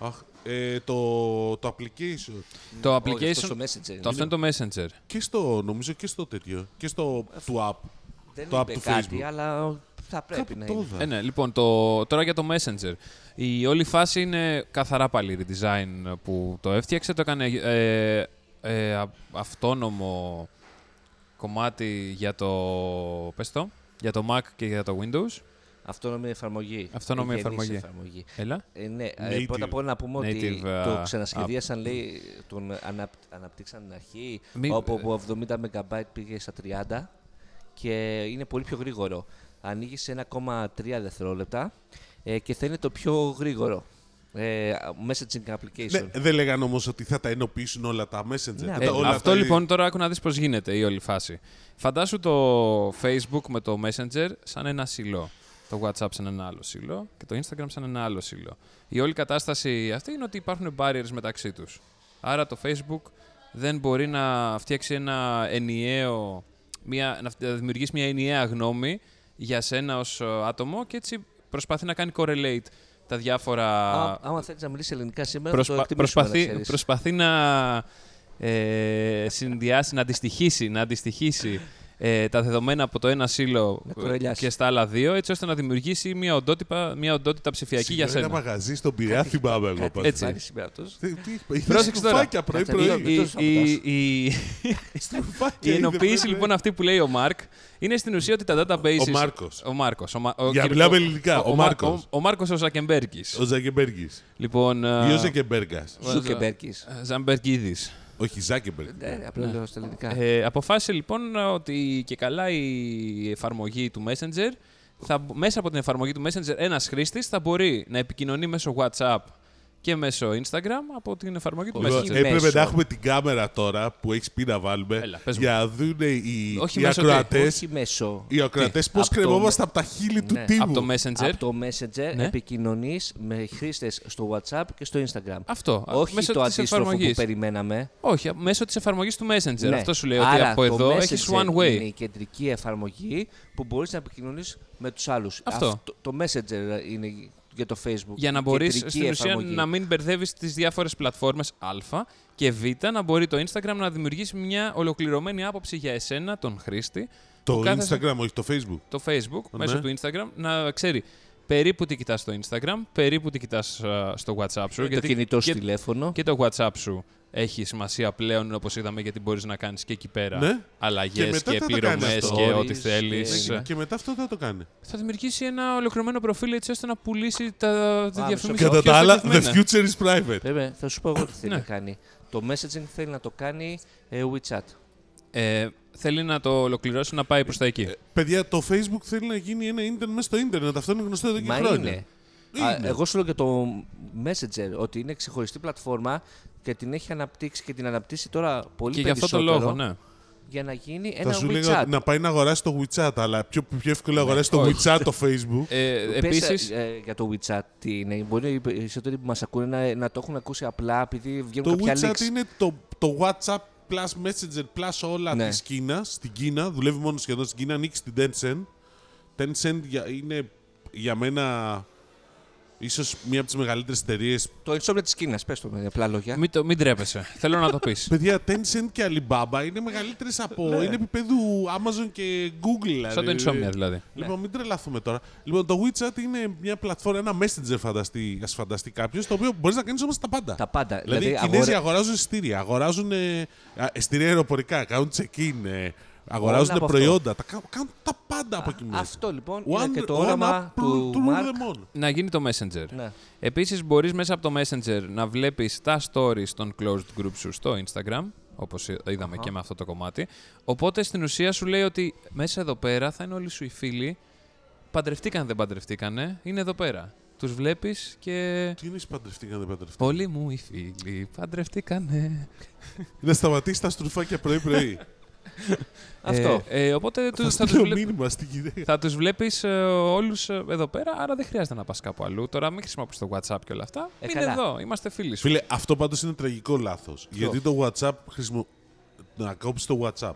[SPEAKER 3] Αχ, ε, το, το application.
[SPEAKER 2] Το
[SPEAKER 1] Όχι, αυτό
[SPEAKER 2] application.
[SPEAKER 1] στο Messenger.
[SPEAKER 2] Το αυτό είναι το Messenger.
[SPEAKER 3] Και στο, νομίζω και στο τέτοιο. Και στο του app.
[SPEAKER 1] Δεν
[SPEAKER 3] το app
[SPEAKER 1] είπε
[SPEAKER 3] του
[SPEAKER 1] κάτι,
[SPEAKER 3] Facebook.
[SPEAKER 1] αλλά θα πρέπει να είναι.
[SPEAKER 2] Ε,
[SPEAKER 3] Τόδα.
[SPEAKER 2] ναι, λοιπόν, το, τώρα για το Messenger. Η όλη φάση είναι καθαρά πάλι redesign που το έφτιαξε. Το έκανε ε, ε, α- αυτόνομο κομμάτι για το, πες το, για το Mac και για το Windows.
[SPEAKER 1] Αυτόνομη εφαρμογή.
[SPEAKER 2] Αυτόνομη
[SPEAKER 1] Γενής
[SPEAKER 2] εφαρμογή.
[SPEAKER 1] εφαρμογή.
[SPEAKER 2] Έλα.
[SPEAKER 1] Ε, ναι, ε,
[SPEAKER 3] Native.
[SPEAKER 1] πρώτα απ' όλα να πούμε ότι
[SPEAKER 2] Native, ε,
[SPEAKER 1] το
[SPEAKER 2] app.
[SPEAKER 1] ξανασχεδίασαν, λέει, τον αναπ, αναπτύξαν την αρχή,
[SPEAKER 2] Μη-
[SPEAKER 1] όπου από 70 MB πήγε στα 30 και είναι πολύ πιο γρήγορο. Ανοίγει σε 1,3 δευτερόλεπτα ε, και θα είναι το πιο γρήγορο. Ε, messaging application.
[SPEAKER 3] Ναι, δεν λέγανε όμως ότι θα τα ενοποιήσουν όλα τα messenger.
[SPEAKER 1] Ναι,
[SPEAKER 3] τα-
[SPEAKER 2] Ε,
[SPEAKER 3] όλα
[SPEAKER 2] αυτό
[SPEAKER 3] τα-
[SPEAKER 2] λοιπόν τώρα άκου να δεις πώς γίνεται η όλη φάση. Φαντάσου το Facebook με το Messenger σαν ένα σιλό. Το WhatsApp σαν ένα άλλο σιλό και το Instagram σαν ένα άλλο σιλό. Η όλη κατάσταση αυτή είναι ότι υπάρχουν barriers μεταξύ τους. Άρα το Facebook δεν μπορεί να φτιάξει ένα ενιαίο, μια, να φ- να δημιουργήσει μια ενιαία γνώμη για σένα ως ε, άτομο και έτσι προσπαθεί να κάνει correlate τα διάφορα
[SPEAKER 1] άμα, άμα θέλεις να μιλήσεις ελληνικά σήμερα,
[SPEAKER 2] Προσπα-
[SPEAKER 1] θα το εκτιμήσουμε, να
[SPEAKER 2] προσπαθεί,
[SPEAKER 1] ξέρεις.
[SPEAKER 2] προσπαθεί να ε, συνδυάσει, να αντιστοιχίσει, να αντιστοιχίσει ε, τα δεδομένα από το ένα σύλλο
[SPEAKER 1] Να κορελιάσει.
[SPEAKER 2] και στα άλλα δύο, έτσι ώστε να δημιουργήσει μια οντότητα, μια οντότητα ψηφιακή
[SPEAKER 3] Συγγνώμη,
[SPEAKER 2] για σένα.
[SPEAKER 3] Ένα μαγαζί στον Πειραιά θυμάμαι εγώ
[SPEAKER 1] Κάτι
[SPEAKER 3] πάντα.
[SPEAKER 2] Έτσι.
[SPEAKER 1] φάνηκε σήμερα αυτός.
[SPEAKER 3] Τι- τι- είχε
[SPEAKER 2] Πρόσεξε τώρα.
[SPEAKER 3] στρουφάκια πρωί-πρωί.
[SPEAKER 1] Κάτσε,
[SPEAKER 2] Η,
[SPEAKER 1] τόσο
[SPEAKER 2] η, η, η
[SPEAKER 3] Στρουφάκια είδε
[SPEAKER 2] ενοποίηση
[SPEAKER 3] πρωί-πρωί.
[SPEAKER 2] λοιπόν αυτή που λέει ο Μάρκ είναι στην ουσία ότι τα databases.
[SPEAKER 3] ο Μάρκος.
[SPEAKER 2] Ο Μάρκος, ο Μα- ο
[SPEAKER 3] Για να
[SPEAKER 2] κυρ-
[SPEAKER 3] μιλάμε
[SPEAKER 2] ο-
[SPEAKER 3] ελληνικά, ο
[SPEAKER 2] Μα-
[SPEAKER 3] Μάρκος.
[SPEAKER 2] Ο, ο Μάρκος ο Ζακεμπέρκη.
[SPEAKER 3] Ο Ζακεμπέργη.
[SPEAKER 2] Λοιπόν.
[SPEAKER 3] Ή ο Ζακεμπέργα.
[SPEAKER 1] Ζούκεμπερκης.
[SPEAKER 2] Ζαμπερκίδης.
[SPEAKER 3] Όχι, Ζάκεμπεργκ.
[SPEAKER 1] Ναι, απλά λέω στα ελληνικά.
[SPEAKER 2] Ε, αποφάσισε λοιπόν ότι και καλά η εφαρμογή του Messenger, θα, μπο- μέσα από την εφαρμογή του Messenger, ένας χρήστης θα μπορεί να επικοινωνεί μέσω WhatsApp και μέσω Instagram από την εφαρμογή του
[SPEAKER 1] Όχι
[SPEAKER 3] Λοιπόν,
[SPEAKER 2] Messenger.
[SPEAKER 1] μέσω.
[SPEAKER 3] έπρεπε να έχουμε την κάμερα τώρα που έχεις πει να βάλουμε
[SPEAKER 2] Έλα, πες μου.
[SPEAKER 3] για να δουν οι,
[SPEAKER 2] Όχι
[SPEAKER 3] οι
[SPEAKER 2] μέσω τι,
[SPEAKER 3] ακροατές
[SPEAKER 1] Όχι μέσω.
[SPEAKER 3] οι ακροατές πώς
[SPEAKER 1] απ' το-
[SPEAKER 3] κρεμόμαστε από τα χείλη του
[SPEAKER 1] Ναι.
[SPEAKER 3] τύπου.
[SPEAKER 2] από το Messenger.
[SPEAKER 1] Από το Messenger
[SPEAKER 2] Ναι.
[SPEAKER 1] επικοινωνείς με χρήστες στο WhatsApp και στο Instagram.
[SPEAKER 2] Αυτό. α,
[SPEAKER 1] Όχι
[SPEAKER 2] μέσω
[SPEAKER 1] το
[SPEAKER 2] της
[SPEAKER 1] αντίστροφο
[SPEAKER 2] εφαρμογής.
[SPEAKER 1] που περιμέναμε.
[SPEAKER 2] Όχι, α, μέσω της εφαρμογής του Messenger.
[SPEAKER 1] Ναι.
[SPEAKER 2] Αυτό σου λέει ότι
[SPEAKER 1] Άρα
[SPEAKER 2] από
[SPEAKER 1] το
[SPEAKER 2] εδώ
[SPEAKER 1] Messenger
[SPEAKER 2] έχεις one way.
[SPEAKER 1] Είναι η κεντρική εφαρμογή που μπορείς να επικοινωνείς με τους άλλους.
[SPEAKER 2] Αυτό.
[SPEAKER 1] το Messenger είναι για το Facebook.
[SPEAKER 2] Για
[SPEAKER 1] η
[SPEAKER 2] να μπορεί
[SPEAKER 1] κεντρική
[SPEAKER 2] στην ουσία
[SPEAKER 1] εφαρμογή.
[SPEAKER 2] να μην μπερδεύεις τις διάφορες πλατφόρμες Α και Β, να μπορεί το Instagram να δημιουργήσει μια ολοκληρωμένη άποψη για εσένα, τον χρήστη.
[SPEAKER 3] Το
[SPEAKER 2] που κάθεσαι-
[SPEAKER 3] Instagram, όχι το Facebook.
[SPEAKER 2] το Facebook
[SPEAKER 3] Ναι.
[SPEAKER 2] μέσω του Instagram να ξέρει περίπου τι κοιτάς στο Instagram, περίπου τι κοιτάς α, στο WhatsApp
[SPEAKER 3] Ε,
[SPEAKER 2] σου.
[SPEAKER 1] Το κινητό σου
[SPEAKER 2] και,
[SPEAKER 1] τηλέφωνο.
[SPEAKER 2] και το WhatsApp σου έχει σημασία πλέον, όπως είδαμε, γιατί μπορείς να κάνεις και εκεί πέρα
[SPEAKER 3] Ναι. Και
[SPEAKER 2] αλλαγές
[SPEAKER 3] μετά
[SPEAKER 2] και,
[SPEAKER 3] θα τα
[SPEAKER 2] πληρωμές
[SPEAKER 3] κάνεις
[SPEAKER 1] αυτό.
[SPEAKER 2] και
[SPEAKER 1] Stories
[SPEAKER 2] ό,τι
[SPEAKER 1] και-
[SPEAKER 2] θέλεις.
[SPEAKER 1] Ναι.
[SPEAKER 3] Και μετά αυτό θα το κάνει.
[SPEAKER 2] Θα δημιουργήσει ένα ολοκληρωμένο προφίλ έτσι ώστε να πουλήσει τα
[SPEAKER 1] Άμεσα.
[SPEAKER 2] διαφημίσεις. πιο
[SPEAKER 3] Κατά τα άλλα, the
[SPEAKER 2] στοχευμένα.
[SPEAKER 3] future is private.
[SPEAKER 1] Βέβαια, θα σου πω εγώ τι θέλει
[SPEAKER 2] Ναι.
[SPEAKER 1] να κάνει. Το messaging θέλει να το κάνει ε, WeChat.
[SPEAKER 2] Ε, θέλει να το ολοκληρώσει να πάει προς τα
[SPEAKER 1] Ε,
[SPEAKER 2] εκεί.
[SPEAKER 3] Παιδιά, το Facebook θέλει να γίνει ένα ίντερνετ μέσα στο ίντερνετ. Αυτό είναι γνωστό εδώ και
[SPEAKER 1] Μα
[SPEAKER 3] χρόνια.
[SPEAKER 1] είναι. Α, εγώ σου λέω και το Messenger ότι είναι ξεχωριστή πλατφόρμα και την έχει αναπτύξει και την αναπτύσσει τώρα πολύ
[SPEAKER 2] Και γι' αυτό το
[SPEAKER 1] περισσότερο
[SPEAKER 2] λόγο, ναι.
[SPEAKER 1] για να γίνει
[SPEAKER 3] Θα
[SPEAKER 1] ένα
[SPEAKER 3] σου
[SPEAKER 1] WeChat.
[SPEAKER 3] λέγα να πάει να αγοράσει το WeChat, αλλά πιο, πιο εύκολο αγοράσει το
[SPEAKER 2] Ναι, όχι.
[SPEAKER 3] WeChat το Facebook.
[SPEAKER 2] Ε,
[SPEAKER 1] Πες,
[SPEAKER 2] επίσης,
[SPEAKER 1] ε, για το WeChat τι είναι. Μπορεί οι περισσότεροι που μας ακούνε να, να το έχουν ακούσει απλά επειδή βγαίνουν
[SPEAKER 3] Το
[SPEAKER 1] κάποια
[SPEAKER 3] WeChat
[SPEAKER 1] leaks.
[SPEAKER 3] είναι το, το WhatsApp plus Messenger plus όλα
[SPEAKER 1] Ναι.
[SPEAKER 3] της Κίνας. Στην Κίνα, δουλεύει μόνο σχεδόν στην Κίνα, ανοίξει την Tencent. Tencent για, είναι για μένα ίσως μία από τις μεγαλύτερες εταιρείες.
[SPEAKER 1] Το insomnia της Κίνας, πες το με απλά λόγια.
[SPEAKER 3] Ναι.
[SPEAKER 2] Μην, το, μην τρέπεσαι. Θέλω να το πεις.
[SPEAKER 3] Παιδιά, Tencent και Alibaba είναι μεγαλύτερες
[SPEAKER 1] Ναι.
[SPEAKER 3] από... είναι επίπεδου Amazon και Google.
[SPEAKER 2] Σαν το
[SPEAKER 3] δηλαδή.
[SPEAKER 2] insomnia δηλαδή.
[SPEAKER 1] Ναι.
[SPEAKER 3] Λοιπόν, μην τρελαθούμε τώρα. Λοιπόν, το WeChat είναι μια πλατφόρμα, ένα messenger, φανταστεί, ας φανταστεί κάποιος, το οποίο μπορείς να κάνεις όμως τα πάντα.
[SPEAKER 1] Τα πάντα.
[SPEAKER 3] Δηλαδή, οι
[SPEAKER 1] αγορε-
[SPEAKER 3] Κινέζοι αγοράζουν εισιτήρια, αγοράζουν ε, α, εισιτήρια αεροπορικά, κάνουν check-in, ε, αγοράζουν
[SPEAKER 1] από αυτό.
[SPEAKER 3] προϊόντα. Τα, κα- κάνουν τα πάντα από εκεί μέσα.
[SPEAKER 1] Αυτό λοιπόν
[SPEAKER 3] One-
[SPEAKER 1] είναι και το
[SPEAKER 3] one
[SPEAKER 1] όραμα
[SPEAKER 3] app
[SPEAKER 1] του
[SPEAKER 3] rule
[SPEAKER 1] Mark.
[SPEAKER 3] them all.
[SPEAKER 2] Να γίνει το Messenger.
[SPEAKER 1] Ναι.
[SPEAKER 2] Επίσης μπορείς μέσα από το Messenger να βλέπεις τα stories των closed groups σου στο Instagram, όπως ε, είδαμε και με αυτό το κομμάτι. Οπότε στην ουσία σου λέει ότι μέσα εδώ πέρα θα είναι όλοι σου οι φίλοι, παντρευτήκαν δεν παντρευτήκανε, είναι εδώ πέρα. Τους βλέπεις και...
[SPEAKER 3] Τι είναι παντρευτήκαν, δεν παντρευτήκαν.
[SPEAKER 2] Όλοι μου οι φίλοι παντρευτήκανε.
[SPEAKER 3] Να σταματήσεις τα στρουφάκια πρωί-πρωί.
[SPEAKER 1] Αυτό.
[SPEAKER 2] Ε, ε, οπότε
[SPEAKER 3] Θα
[SPEAKER 2] τους, θα, τους
[SPEAKER 3] στείλω
[SPEAKER 2] βλέπ...
[SPEAKER 3] μήνυμα στην γυναίκα.
[SPEAKER 2] θα τους βλέπεις ε, όλους ε, εδώ πέρα, άρα δεν χρειάζεται να πας κάπου αλλού. Τώρα μην χρησιμοποιείς το WhatsApp και όλα αυτά.
[SPEAKER 1] Ε,
[SPEAKER 2] Μείνε
[SPEAKER 1] καλά.
[SPEAKER 2] εδώ, είμαστε φίλοι σου.
[SPEAKER 3] Φίλε, αυτό πάντως είναι τραγικό λάθος. Γιατί το WhatsApp χρησιμο... Να κόψεις το WhatsApp.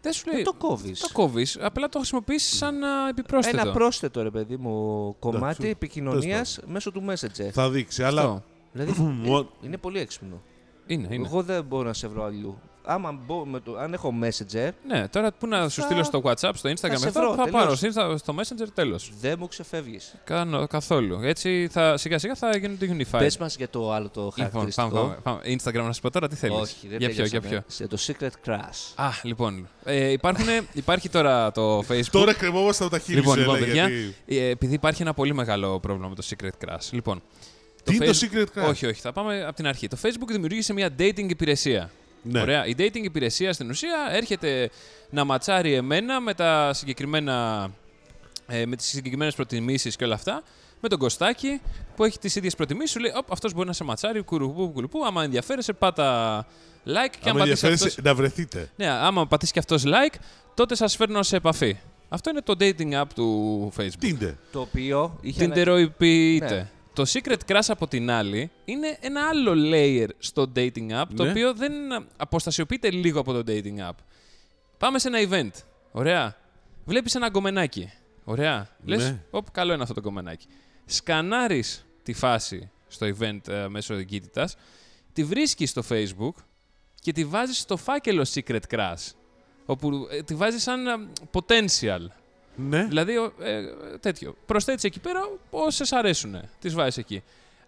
[SPEAKER 2] Δεν σου λέει...
[SPEAKER 1] Ε, Το κόβει.
[SPEAKER 2] Το κόβεις. Απλά το χρησιμοποιήσει σαν α, επιπρόσθετο.
[SPEAKER 1] Ένα πρόσθετο ρε παιδί μου κομμάτι
[SPEAKER 3] Εντάξει,
[SPEAKER 1] επικοινωνίας
[SPEAKER 3] τέλος
[SPEAKER 1] μέσω του Messenger.
[SPEAKER 3] Θα δείξει, αλλά.
[SPEAKER 2] Αυτό.
[SPEAKER 1] Δηλαδή
[SPEAKER 3] Μο-
[SPEAKER 1] είναι πολύ έξυπνο.
[SPEAKER 2] Είναι, είναι.
[SPEAKER 1] Εγώ δεν μπορώ να σε βρω αλλού. Άμα μπω με το, αν έχω Messenger,
[SPEAKER 2] Ναι, τώρα πού να σου
[SPEAKER 1] Θα-
[SPEAKER 2] στείλω στο WhatsApp, στο Instagram,
[SPEAKER 1] σε
[SPEAKER 2] αυτά,
[SPEAKER 1] βρω,
[SPEAKER 2] θα
[SPEAKER 1] τελείως.
[SPEAKER 2] πάρω στο, στο Messenger τέλος.
[SPEAKER 1] δεν μου ξεφεύγεις.
[SPEAKER 2] Κάνω καθόλου. Έτσι θα, σιγά σιγά θα γίνονται unified.
[SPEAKER 1] Πες μας για το άλλο το
[SPEAKER 2] Λοιπόν,
[SPEAKER 1] χαρακτηριστικό.
[SPEAKER 2] πάμε, πάμε, πάμε. Instagram να σου πω τώρα τι θέλεις.
[SPEAKER 1] Όχι, δεν
[SPEAKER 2] για ποιο, για
[SPEAKER 1] τελειώσαμε.
[SPEAKER 2] ποιο.
[SPEAKER 1] Σε το Secret Crush.
[SPEAKER 2] Α, λοιπόν. Ε, υπάρχουνε- υπάρχει τώρα το Facebook.
[SPEAKER 3] Τώρα κρεμόμαστε από τα χείλη
[SPEAKER 2] λοιπόν,
[SPEAKER 3] σου,
[SPEAKER 2] λοιπόν,
[SPEAKER 3] έλα,
[SPEAKER 2] παιδιά,
[SPEAKER 3] γιατί-
[SPEAKER 2] ε, επειδή υπάρχει ένα πολύ μεγάλο πρόβλημα με το Secret Crush. Λοιπόν,
[SPEAKER 3] Τι είναι το
[SPEAKER 2] Facebook-
[SPEAKER 3] Secret Crush?
[SPEAKER 2] Όχι, όχι, θα πάμε από την αρχή. Το Facebook δημιούργησε μια dating υπηρεσία.
[SPEAKER 3] Ναι.
[SPEAKER 2] Ωραία. Η dating υπηρεσία στην ουσία έρχεται να ματσάρει εμένα με τα συγκεκριμένα. Ε, με τις συγκεκριμένες προτιμήσεις και όλα αυτά. Με τον Κωστάκη που έχει τις ίδιες προτιμήσεις, σου λέει: Ωπ, αυτός μπορεί να σε ματσάρει. Κουρουμπού, κουρουμπού. Άμα ενδιαφέρεσαι, πάτα like και αν
[SPEAKER 3] Άμα
[SPEAKER 2] πατήσεις
[SPEAKER 3] ενδιαφέρεσαι,
[SPEAKER 2] αυτός...
[SPEAKER 3] να βρεθείτε.
[SPEAKER 2] Ναι, άμα πατήσεις και αυτός like, τότε σας φέρνω σε επαφή. Αυτό είναι το dating app του Facebook.
[SPEAKER 3] Τι είναι.
[SPEAKER 1] Το οποίο είχε.
[SPEAKER 2] Την
[SPEAKER 1] ανα-
[SPEAKER 2] τεροϊποιείται.
[SPEAKER 1] Ναι.
[SPEAKER 2] Το Secret Crush από την άλλη είναι ένα άλλο layer στο dating app, το
[SPEAKER 3] Ναι.
[SPEAKER 2] οποίο δεν αποστασιοποιείται λίγο από το dating app. Πάμε σε ένα event. Ωραία. Βλέπεις ένα γκομενάκι. Ωραία.
[SPEAKER 3] Ναι.
[SPEAKER 2] Λες, «Οπ, καλό είναι αυτό το γκομενάκι. Σκανάρεις τη φάση στο event ε, μέσω εγκύτητας, τη βρίσκεις στο facebook και τη βάζεις στο φάκελο Secret Crush, όπου ε, τη βάζεις σαν ε, potential.
[SPEAKER 3] Ναι.
[SPEAKER 2] Δηλαδή, ο- ε, τέτοιο. Προσθέτεις εκεί πέρα όσες αρέσουν. Τις βάζεις εκεί.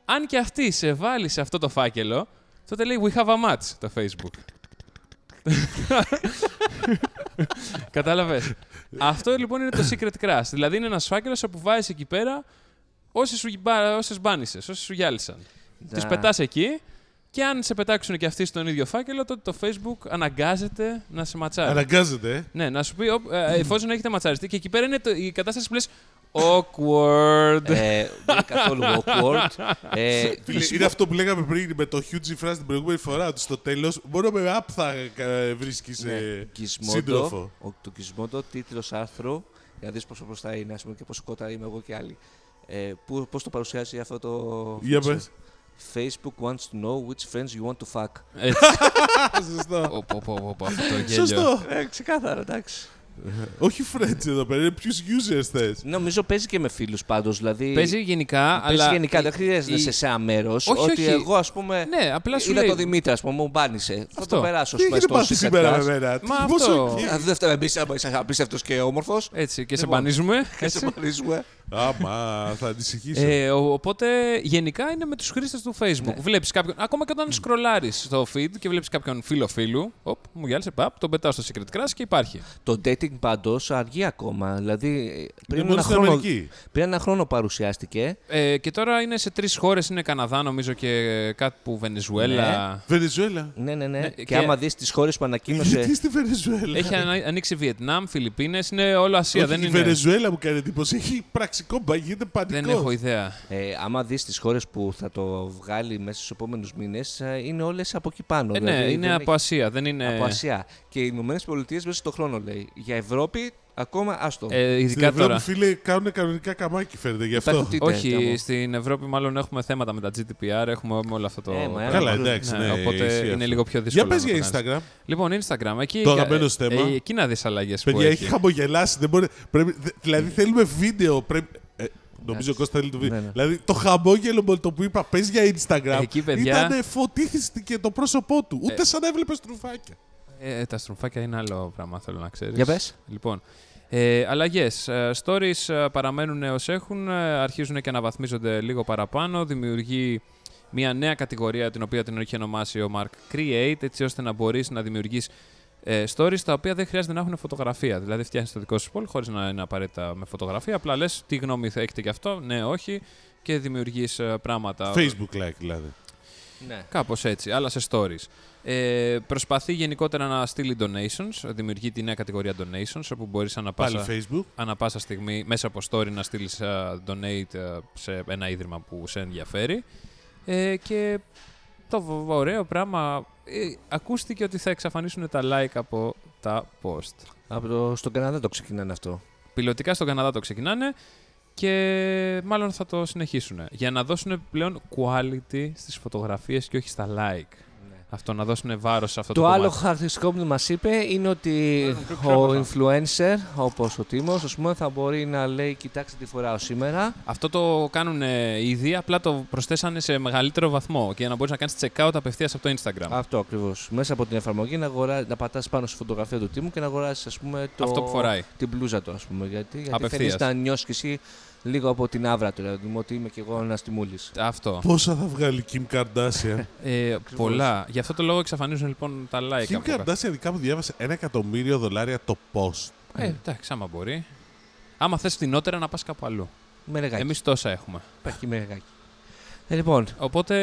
[SPEAKER 2] Αν και αυτή σε βάλει σε αυτό το φάκελο, τότε λέει We have a match το Facebook. Κατάλαβες. αυτό λοιπόν είναι το secret crush. Δηλαδή είναι ένας φάκελος όπου βάζεις εκεί πέρα όσες σου γυμπά- όσες μπάνισες, όσες σου γυάλισαν.
[SPEAKER 1] Να.
[SPEAKER 2] Τι πετάς εκεί και αν σε πετάξουν και αυτοί στον ίδιο φάκελο, τότε το Facebook αναγκάζεται να σε ματσάρει.
[SPEAKER 3] Αναγκάζεται. ε.
[SPEAKER 2] Ναι, να σου πει, «Ωπ, ε, εφόσον έχετε ματσαριστεί και εκεί πέρα είναι το- η κατάσταση που λες awkward.
[SPEAKER 1] Ε, δεν είναι καθόλου awkward. Ε,
[SPEAKER 3] Φίλε, είναι αυτό που λέγαμε πριν με το huge fras την προηγούμενη φορά. Ότι στο τέλος μόνο με app θα ε, βρίσκεις
[SPEAKER 1] ναι,
[SPEAKER 3] σύντροφο.
[SPEAKER 1] Κισμόντο, ο, το Κισμόντο, τίτλος άρθρου, για να δεις πόσο μπροστά είναι ας πούμε, και πόσο κότα είμαι εγώ και άλλοι. Ε, πού- πώς το παρουσιάζει αυτό το...
[SPEAKER 3] Για
[SPEAKER 1] feature?
[SPEAKER 3] πες.
[SPEAKER 1] Facebook wants to know which friends you want to fuck.
[SPEAKER 2] Έτσι.
[SPEAKER 3] Ε, Σωστό.
[SPEAKER 2] Ω, πω, πω, πω, πω, αυτό το γέλιο.
[SPEAKER 3] Σωστό.
[SPEAKER 1] Ε, ξεκάθαρα, εντάξει.
[SPEAKER 3] Όχι friends εδώ πέρα, είναι ποιους users θες.
[SPEAKER 1] Νομίζω παίζει και με φίλους πάντως, δηλαδή...
[SPEAKER 2] Παίζει γενικά,
[SPEAKER 1] παίζει
[SPEAKER 2] αλλά...
[SPEAKER 1] γενικά,
[SPEAKER 2] η-
[SPEAKER 1] δεν χρειάζεται
[SPEAKER 2] η-
[SPEAKER 1] σε σε μέρος.
[SPEAKER 2] Όχι,
[SPEAKER 1] ότι
[SPEAKER 2] όχι.
[SPEAKER 1] εγώ, ας πούμε,
[SPEAKER 2] Ναι, απλά σου
[SPEAKER 1] είδα
[SPEAKER 2] λέει-
[SPEAKER 1] το Δημήτρη, ας πούμε, μου μπάνισε. Θα
[SPEAKER 2] Αυτό.
[SPEAKER 1] το περάσω,
[SPEAKER 3] Τι
[SPEAKER 1] ας πούμε,
[SPEAKER 3] έχετε
[SPEAKER 1] στο
[SPEAKER 3] πάθει
[SPEAKER 1] Secret
[SPEAKER 3] σήμερα
[SPEAKER 1] Crush.
[SPEAKER 3] με μένα.
[SPEAKER 2] Μα
[SPEAKER 3] Τι- πόσο-
[SPEAKER 2] αυτό.
[SPEAKER 1] Α, Δεν φταίμε εμείς, άμα είσαι απίστευτος και όμορφος.
[SPEAKER 2] Έτσι, και σε
[SPEAKER 1] Λοιπόν.
[SPEAKER 2] μπανίζουμε.
[SPEAKER 1] Και σε
[SPEAKER 2] έτσι.
[SPEAKER 1] παρίζουμε.
[SPEAKER 3] Άμα, θα ανησυχήσω.
[SPEAKER 2] Ε, ο- οπότε γενικά είναι με τους χρήστες του Facebook.
[SPEAKER 1] Ναι.
[SPEAKER 2] Βλέπεις κάποιον, ακόμα και όταν σκρολάρεις στο feed και βλέπεις κάποιον φίλο φίλου, οπ, μου γυάλισε, παπ, τον πετάω στο Secret Crush και υπάρχει.
[SPEAKER 1] Το dating πάντως αργεί ακόμα. Δηλαδή ε, πριν
[SPEAKER 3] μόνο
[SPEAKER 1] ένα,
[SPEAKER 3] στην
[SPEAKER 1] χρόνο,
[SPEAKER 3] Αμερική.
[SPEAKER 1] πριν ένα χρόνο παρουσιάστηκε.
[SPEAKER 2] Ε, και τώρα είναι σε τρεις χώρες, είναι Καναδά νομίζω και κάπου Βενεζουέλα.
[SPEAKER 3] Ε, Βενεζουέλα.
[SPEAKER 1] Ναι, ναι, ναι.
[SPEAKER 2] Ναι,
[SPEAKER 1] και,
[SPEAKER 2] και-
[SPEAKER 1] άμα δεις τις χώρες που
[SPEAKER 3] Γιατί
[SPEAKER 1] ανακοίνωσε.
[SPEAKER 3] στη Βενεζουέλα.
[SPEAKER 2] Έχει ανα- ανοίξει Βιετνάμ, Φιλιππίνες, είναι όλο Ασία.
[SPEAKER 3] Όχι,
[SPEAKER 2] δεν,
[SPEAKER 3] η
[SPEAKER 2] είναι,
[SPEAKER 3] Βενεζουέλα μου κάνει εντύπωση. Έχει πραξικό μπα, γίνεται παντικό.
[SPEAKER 2] δεν έχω ιδέα.
[SPEAKER 1] ε, άμα δεις τις χώρες που θα το βγάλει μέσα στους επόμενους μήνες, ε, είναι όλες από εκεί πάνω.
[SPEAKER 2] Ε, ναι,
[SPEAKER 1] δηλαδή,
[SPEAKER 2] είναι
[SPEAKER 1] δεν
[SPEAKER 2] από Ασία. Δεν είναι...
[SPEAKER 1] έχει- από Ασία. Και οι Ηνωμένες Πολιτείες μέσα στον χρόνο λέει. Για Ευρώπη ακόμα άστο.
[SPEAKER 2] Ε,
[SPEAKER 3] Στην
[SPEAKER 2] ειδικά
[SPEAKER 3] Ευρώπη,
[SPEAKER 2] τώρα.
[SPEAKER 3] φίλε, κάνουν κανονικά καμάκι, φαίνεται γι' αυτό.
[SPEAKER 1] Υπάρχουν τι-
[SPEAKER 2] Όχι,
[SPEAKER 1] Τέλεια, μου.
[SPEAKER 2] στην Ευρώπη μάλλον έχουμε θέματα με τα GDPR, έχουμε με όλο αυτό το.
[SPEAKER 1] Ε, μα,
[SPEAKER 2] πράγμα.
[SPEAKER 3] Καλά, εντάξει.
[SPEAKER 2] Ναι,
[SPEAKER 3] Ναι,
[SPEAKER 2] οπότε
[SPEAKER 3] ισχύει
[SPEAKER 2] είναι
[SPEAKER 3] αυτό.
[SPEAKER 2] λίγο πιο
[SPEAKER 3] Για
[SPEAKER 2] δύσκολο.
[SPEAKER 3] πες
[SPEAKER 2] να το
[SPEAKER 3] για
[SPEAKER 2] κάνεις.
[SPEAKER 3] Instagram.
[SPEAKER 2] Λοιπόν, Instagram. Εκεί,
[SPEAKER 3] Το αγαπημένο θέμα.
[SPEAKER 2] Ε, εκεί να δεις αλλαγές που
[SPEAKER 3] Παιδιά, έχει
[SPEAKER 2] έχει.
[SPEAKER 3] χαμογελάσει. Δεν μπορεί, πρέπει, δε- δηλαδή, θέλουμε βίντεο. Πρέπει, ε, Νομίζω ο Κώστας θέλει το
[SPEAKER 1] Ναι, ναι.
[SPEAKER 3] βίντεο. Δηλαδή το χαμόγελο με το που είπα, πες για Instagram.
[SPEAKER 2] Εκεί, παιδιά-
[SPEAKER 3] Ήταν φωτίστηκε το πρόσωπό του. Ούτε σαν έβλεπε τρουφάκια.
[SPEAKER 2] Ε, τα στροφάκια είναι άλλο πράγμα, θέλω να ξέρεις.
[SPEAKER 1] Για πες.
[SPEAKER 2] Λοιπόν. Ε, Αλλαγές. Stories ε, παραμένουν ω έχουν, ε, αρχίζουν και αναβαθμίζονται λίγο παραπάνω. Δημιουργεί μια νέα κατηγορία την οποία την έχει ονομάσει ο Mark Create, έτσι ώστε να μπορείς να δημιουργείς ε, stories τα οποία δεν χρειάζεται να έχουν φωτογραφία. Δηλαδή, φτιάχνεις το δικό σου poll χωρίς να είναι απαραίτητα με φωτογραφία. Απλά λες τι γνώμη θα έχετε γι' αυτό, ναι, όχι, και δημιουργείς πράγματα.
[SPEAKER 3] Facebook like δηλαδή.
[SPEAKER 1] Ναι.
[SPEAKER 2] Κάπως έτσι, αλλά σε stories. Ε, προσπαθεί γενικότερα να στείλει donations, δημιουργεί τη νέα κατηγορία donations, όπου μπορείς ανά,
[SPEAKER 3] Πάλι
[SPEAKER 2] πάσα-
[SPEAKER 3] Facebook.
[SPEAKER 2] ανά πάσα στιγμή μέσα από story να στείλεις donate α, σε ένα ίδρυμα που σε ενδιαφέρει. Ε, και το β- ωραίο πράγμα. ε, ακούστηκε ότι θα εξαφανίσουν τα like από τα post.
[SPEAKER 1] Από το, στον Καναδά το ξεκινάνε αυτό.
[SPEAKER 2] Πιλωτικά στον Καναδά το ξεκινάνε και μάλλον θα το συνεχίσουν. Για να δώσουν πλέον quality στις φωτογραφίες και όχι στα like. Αυτό να δώσουν βάρος σε αυτό το,
[SPEAKER 1] Ναι. Το άλλο
[SPEAKER 2] κομμάτι.
[SPEAKER 1] χαρακτηριστικό που μας είπε είναι ότι ο influencer, όπως ο Τίμος, ας πούμε, θα μπορεί να λέει: Κοιτάξτε τι φοράω σήμερα.
[SPEAKER 2] Αυτό το κάνουν ε, ήδη, απλά το προσθέσανε σε μεγαλύτερο βαθμό και για να μπορείς να κάνεις check-out απευθείας από το Instagram.
[SPEAKER 1] Αυτό ακριβώς. Μέσα από την εφαρμογή να, αγορά... να πατάς πάνω στη φωτογραφία του Τίμου και να αγοράσεις, ας πούμε, το...
[SPEAKER 2] Αυτό που φοράει.
[SPEAKER 1] την μπλούζα του, ας πούμε. Γιατί, γιατί
[SPEAKER 2] Απευθείας.
[SPEAKER 1] θέλει να νιώσεις κι εσύ λίγο από την άβρα του. Δηλαδή, ότι είμαι κι εγώ ένας τιμούλης.
[SPEAKER 2] Αυτό.
[SPEAKER 3] Πόσα θα βγάλει Kim Kardashian.
[SPEAKER 2] Ε, πολλά. Γι' αυτό το λόγο εξαφανίζουν λοιπόν τα like.
[SPEAKER 3] Kim
[SPEAKER 2] από τα-
[SPEAKER 3] Kardashian δικά μου διάβασε ένα εκατομμύριο δολάρια το post.
[SPEAKER 2] Ε, εντάξει, άμα μπορεί. Άμα θες φθηνότερα να πας κάπου αλλού.
[SPEAKER 1] Με ρεγάκι.
[SPEAKER 2] Εμείς τόσα έχουμε.
[SPEAKER 1] Υπάρχει με ρεγάκι. Ε, λοιπόν,
[SPEAKER 2] Οπότε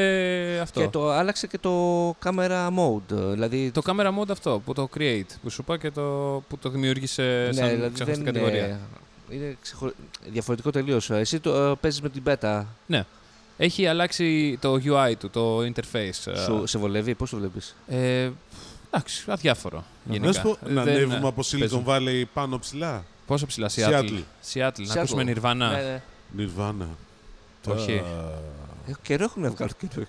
[SPEAKER 2] αυτό. Ε,
[SPEAKER 1] και το άλλαξε και το camera mode. Δηλαδή,
[SPEAKER 2] Το camera mode αυτό που το create που σου είπα και το, που το δημιούργησε σαν ξεχωριστή
[SPEAKER 1] Ναι, δηλαδή δεν
[SPEAKER 2] κατηγορία.
[SPEAKER 1] Είναι, είναι ξεχω... διαφορετικό τελείως. Εσύ το ε, παίζεις με την beta.
[SPEAKER 2] Έχει αλλάξει το UI του, το interface.
[SPEAKER 1] Σου, σε βολεύει, πώς το βλέπεις.
[SPEAKER 2] Ε, εντάξει, αδιάφορο γενικά.
[SPEAKER 3] Να σου πω,
[SPEAKER 2] Δεν-
[SPEAKER 3] να
[SPEAKER 2] ναι.
[SPEAKER 3] ανέβουμε από Silicon
[SPEAKER 2] παίζουν.
[SPEAKER 3] Valley πάνω ψηλά.
[SPEAKER 2] Πόσο ψηλά,
[SPEAKER 3] Seattle.
[SPEAKER 2] Seattle. Seattle, να
[SPEAKER 1] Seattle.
[SPEAKER 2] ακούσουμε Nirvana.
[SPEAKER 1] Ναι, ναι.
[SPEAKER 3] Nirvana.
[SPEAKER 2] Όχι.
[SPEAKER 1] Έχω ε, καιρό έχουν να βγάλω καιρό.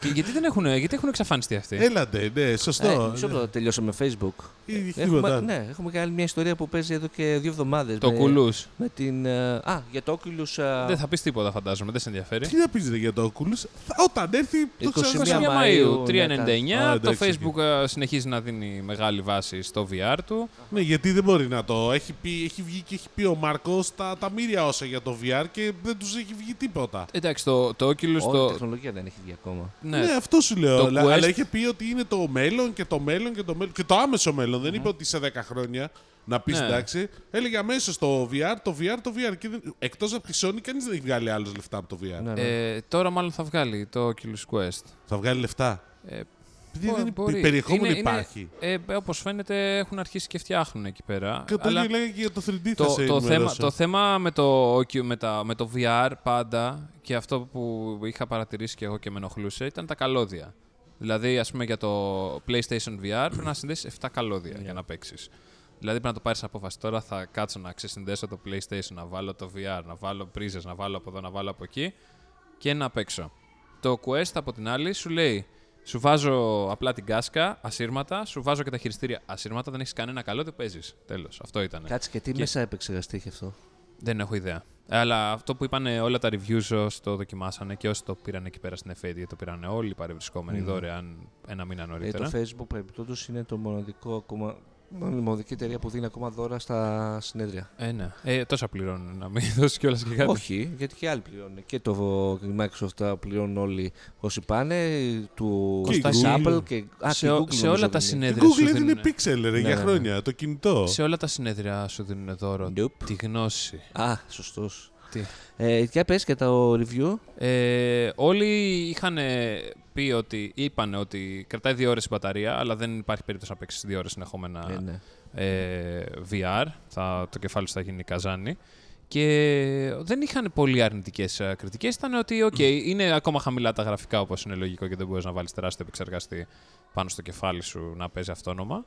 [SPEAKER 2] Και γιατί δεν έχουν, γιατί έχουν εξαφανιστεί αυτοί.
[SPEAKER 3] Έλαντε, ναι,
[SPEAKER 1] Ε,
[SPEAKER 3] σωστό.
[SPEAKER 1] μισό λεπτό, τελειώσαμε Facebook.
[SPEAKER 3] Ήδη
[SPEAKER 1] Έχουμε,
[SPEAKER 3] χτυπωτά.
[SPEAKER 1] ναι, έχουμε και άλλη μια ιστορία που παίζει εδώ και δύο εβδομάδες.
[SPEAKER 2] το
[SPEAKER 1] με,
[SPEAKER 2] κουλούς.
[SPEAKER 1] με την. ε, Α, για το Oculus. ε,
[SPEAKER 2] Δεν θα πεις τίποτα, φαντάζομαι, δεν σε ενδιαφέρει.
[SPEAKER 3] Τι να πεις ρε για το Oculus, θα- όταν έρθει το
[SPEAKER 1] 21
[SPEAKER 3] ξανά.
[SPEAKER 2] 21
[SPEAKER 1] Μαΐου,
[SPEAKER 2] Μαΐου,
[SPEAKER 3] Α,
[SPEAKER 2] 3.99, το
[SPEAKER 3] εντάξει, εκεί.
[SPEAKER 2] Facebook ε, συνεχίζει να δίνει μεγάλη βάση στο VR του.
[SPEAKER 3] Ναι, γιατί δεν μπορεί να το. Έχει, πει, έχει βγει και έχει πει ο Μάρκο τα, τα μύρια όσα για το VR και δεν τους έχει βγει τίποτα.
[SPEAKER 2] Εντάξει, το, το Oculus...
[SPEAKER 1] όλη η
[SPEAKER 2] Το,
[SPEAKER 1] τεχνολογία δεν έχει βγει ακόμα.
[SPEAKER 3] Ναι,
[SPEAKER 2] ναι,
[SPEAKER 3] αυτό σου λέω.
[SPEAKER 2] Το
[SPEAKER 3] αλλά,
[SPEAKER 2] Quest-
[SPEAKER 3] αλλά είχε πει ότι είναι το μέλλον και το μέλλον και το μέλλον. Και το άμεσο μέλλον. Δεν είπε ότι σε 10 χρόνια να πεις
[SPEAKER 2] Ναι.
[SPEAKER 3] εντάξει. Έλεγε αμέσως το VR, το VR, το VR. Και δεν... Εκτός από τη Sony, κανείς δεν έχει βγάλει άλλο λεφτά από το VR.
[SPEAKER 1] Ναι, ναι.
[SPEAKER 2] Ε, τώρα μάλλον θα βγάλει το Oculus Quest.
[SPEAKER 3] Θα βγάλει λεφτά.
[SPEAKER 2] Ε,
[SPEAKER 3] Επειδή
[SPEAKER 2] μπο-
[SPEAKER 3] δεν υπ-
[SPEAKER 2] μπορεί.
[SPEAKER 3] περιεχόμενο
[SPEAKER 2] Είναι- είναι-
[SPEAKER 3] υπάρχει.
[SPEAKER 2] ε, Όπως φαίνεται, έχουν αρχίσει και φτιάχνουν εκεί πέρα.
[SPEAKER 3] Και το
[SPEAKER 2] Αλλά
[SPEAKER 3] ίδιο λέγανε και για το 3D θα
[SPEAKER 2] το,
[SPEAKER 3] σε
[SPEAKER 2] το, θέμα,
[SPEAKER 3] ενημερώσω.
[SPEAKER 2] το θέμα με το, Ocu- με, τα, με το VR πάντα και αυτό που είχα παρατηρήσει και εγώ και με ενοχλούσε ήταν τα καλώδια. Δηλαδή, ας πούμε για το PlayStation VR πρέπει να συνδέσεις 7 καλώδια για να παίξεις. Δηλαδή πρέπει να το πάρεις απόφαση. Τώρα θα κάτσω να ξεσυνδέσω το PlayStation, να βάλω το VR, να βάλω πρίζες, να βάλω από εδώ, να βάλω από εκεί και να παίξω. Το Quest από την άλλη σου λέει σου βάζω απλά την κάσκα ασύρματα, σου βάζω και τα χειριστήρια ασύρματα, δεν έχεις κανένα καλό, δεν παίζεις. Τέλος. Αυτό ήταν.
[SPEAKER 1] Κάτσε και τι μέσα επεξεργαστή έχει αυτό.
[SPEAKER 2] Δεν έχω ιδέα. Ε, Αλλά αυτό που είπαν όλα τα reviews όσοι το δοκιμάσανε και όσοι το πήραν εκεί πέρα στην Εφέτη, το πήραν όλοι οι παρευρισκόμενοι δωρεάν ένα μήνα
[SPEAKER 1] Ε,
[SPEAKER 2] νωρίτερα.
[SPEAKER 1] το Facebook παρεμπιπτόντω είναι το μοναδικό ακόμα. μάλλον η μοναδική εταιρεία που δίνει ακόμα δώρα στα συνέδρια.
[SPEAKER 2] Ε, ναι. Ε, τόσα πληρώνουν να μην δώσεις κιόλας και κάτι.
[SPEAKER 1] Όχι, γιατί και άλλοι πληρώνουν. Και το Microsoft τα πληρώνουν όλοι όσοι πάνε, του
[SPEAKER 3] Και η
[SPEAKER 1] της
[SPEAKER 3] Google.
[SPEAKER 1] Apple και, α,
[SPEAKER 2] σε,
[SPEAKER 1] και η
[SPEAKER 2] ό-
[SPEAKER 1] Google
[SPEAKER 2] σε
[SPEAKER 1] νομίζω
[SPEAKER 2] όλα τα
[SPEAKER 1] δίνει.
[SPEAKER 3] Η
[SPEAKER 2] συνέδρια σου
[SPEAKER 3] Google έδινε
[SPEAKER 2] δίνουν-
[SPEAKER 3] pixel ρε, για
[SPEAKER 1] ναι,
[SPEAKER 3] χρόνια το κινητό.
[SPEAKER 2] σε όλα τα συνέδρια σου δίνουν δώρο
[SPEAKER 1] Nope.
[SPEAKER 2] τη γνώση.
[SPEAKER 1] Α, σωστός.
[SPEAKER 2] Τι.
[SPEAKER 1] Ε, για πες και το review.
[SPEAKER 2] Ε, όλοι είχαν πει ότι, είπαν ότι κρατάει δύο ώρες η μπαταρία, αλλά δεν υπάρχει περίπτωση να παίξει δύο ώρες συνεχόμενα
[SPEAKER 1] Ε, ναι.
[SPEAKER 2] ε, VR. Θα, το κεφάλι σου θα γίνει καζάνι. Και δεν είχαν πολύ αρνητικές κριτικές. Ήταν ότι, οκ, είναι ακόμα χαμηλά τα γραφικά όπως είναι λογικό και δεν μπορείς να βάλεις τεράστιο επεξεργαστή πάνω στο κεφάλι σου να παίζει αυτόνομα.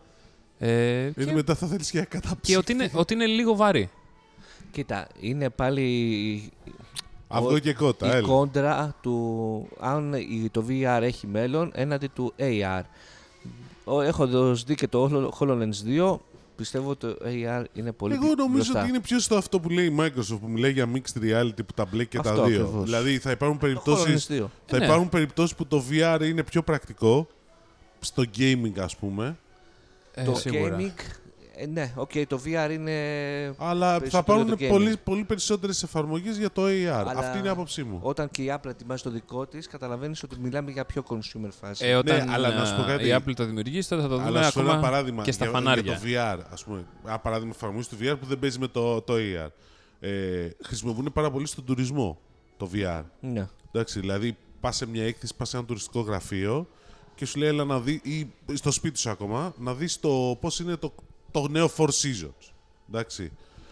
[SPEAKER 2] Ε,
[SPEAKER 3] Γιατί
[SPEAKER 2] και,
[SPEAKER 3] μετά θα θέλεις και κατάψη.
[SPEAKER 2] και ότι, είναι, ότι είναι λίγο βαρύ.
[SPEAKER 1] Κοίτα, είναι πάλι
[SPEAKER 3] Αυγό και κότα,
[SPEAKER 1] η
[SPEAKER 3] έλα.
[SPEAKER 1] κόντρα του αν η- το VR έχει μέλλον έναντι του AR. Ο- Έχοντας δει και το Holo- HoloLens 2, Πιστεύω ότι το AR είναι πολύ
[SPEAKER 3] Εγώ νομίζω
[SPEAKER 1] λοιπόν, μπροστά.
[SPEAKER 3] ότι είναι πιο στο αυτό που λέει η Microsoft που μιλάει για mixed reality που τα μπλέκει και τα
[SPEAKER 1] Αυτό
[SPEAKER 3] δύο.
[SPEAKER 1] ακριβώς.
[SPEAKER 3] Δηλαδή θα υπάρχουν
[SPEAKER 1] Το Hololens
[SPEAKER 3] περιπτώσεις,
[SPEAKER 1] 2.
[SPEAKER 3] θα
[SPEAKER 2] Ε, ναι.
[SPEAKER 3] υπάρχουν περιπτώσεις που το VR είναι πιο πρακτικό στο gaming ας πούμε.
[SPEAKER 2] Ε,
[SPEAKER 1] το
[SPEAKER 2] σίγουρα.
[SPEAKER 1] gaming, ε, ναι, οκ, το VR είναι
[SPEAKER 3] Αλλά θα
[SPEAKER 1] Περισσότερο
[SPEAKER 3] πάρουν
[SPEAKER 1] το gaming.
[SPEAKER 3] πολύ, πολύ περισσότερες εφαρμογές για το AR.
[SPEAKER 1] Αλλά-
[SPEAKER 3] Αυτή είναι η άποψή μου.
[SPEAKER 1] όταν και η Apple ετοιμάζει το δικό της, καταλαβαίνεις ότι μιλάμε για πιο consumer φάση.
[SPEAKER 2] Ε, όταν
[SPEAKER 3] Ναι, αλλά να σου πω
[SPEAKER 2] α,
[SPEAKER 3] κάτι.
[SPEAKER 2] η Apple το δημιουργήσει, τότε θα το δούμε
[SPEAKER 3] Αλλά σου ένα
[SPEAKER 2] ακόμα
[SPEAKER 3] παράδειγμα
[SPEAKER 2] και στα
[SPEAKER 3] για,
[SPEAKER 2] φανάρια.
[SPEAKER 3] για το VR, ας πούμε. Ένα παράδειγμα εφαρμογής του VR που δεν παίζει με το, το AR. Ε, χρησιμοποιούν πάρα πολύ στον τουρισμό το VR.
[SPEAKER 1] ναι.
[SPEAKER 3] Εντάξει, δηλαδή πας σε μια έκθεση, πας σε ένα τουριστικό γραφείο και σου λέει έλα να δει, ή στο σπίτι σου ακόμα, να δεις το πώς είναι το, το νέο Four Seasons. Εντάξει,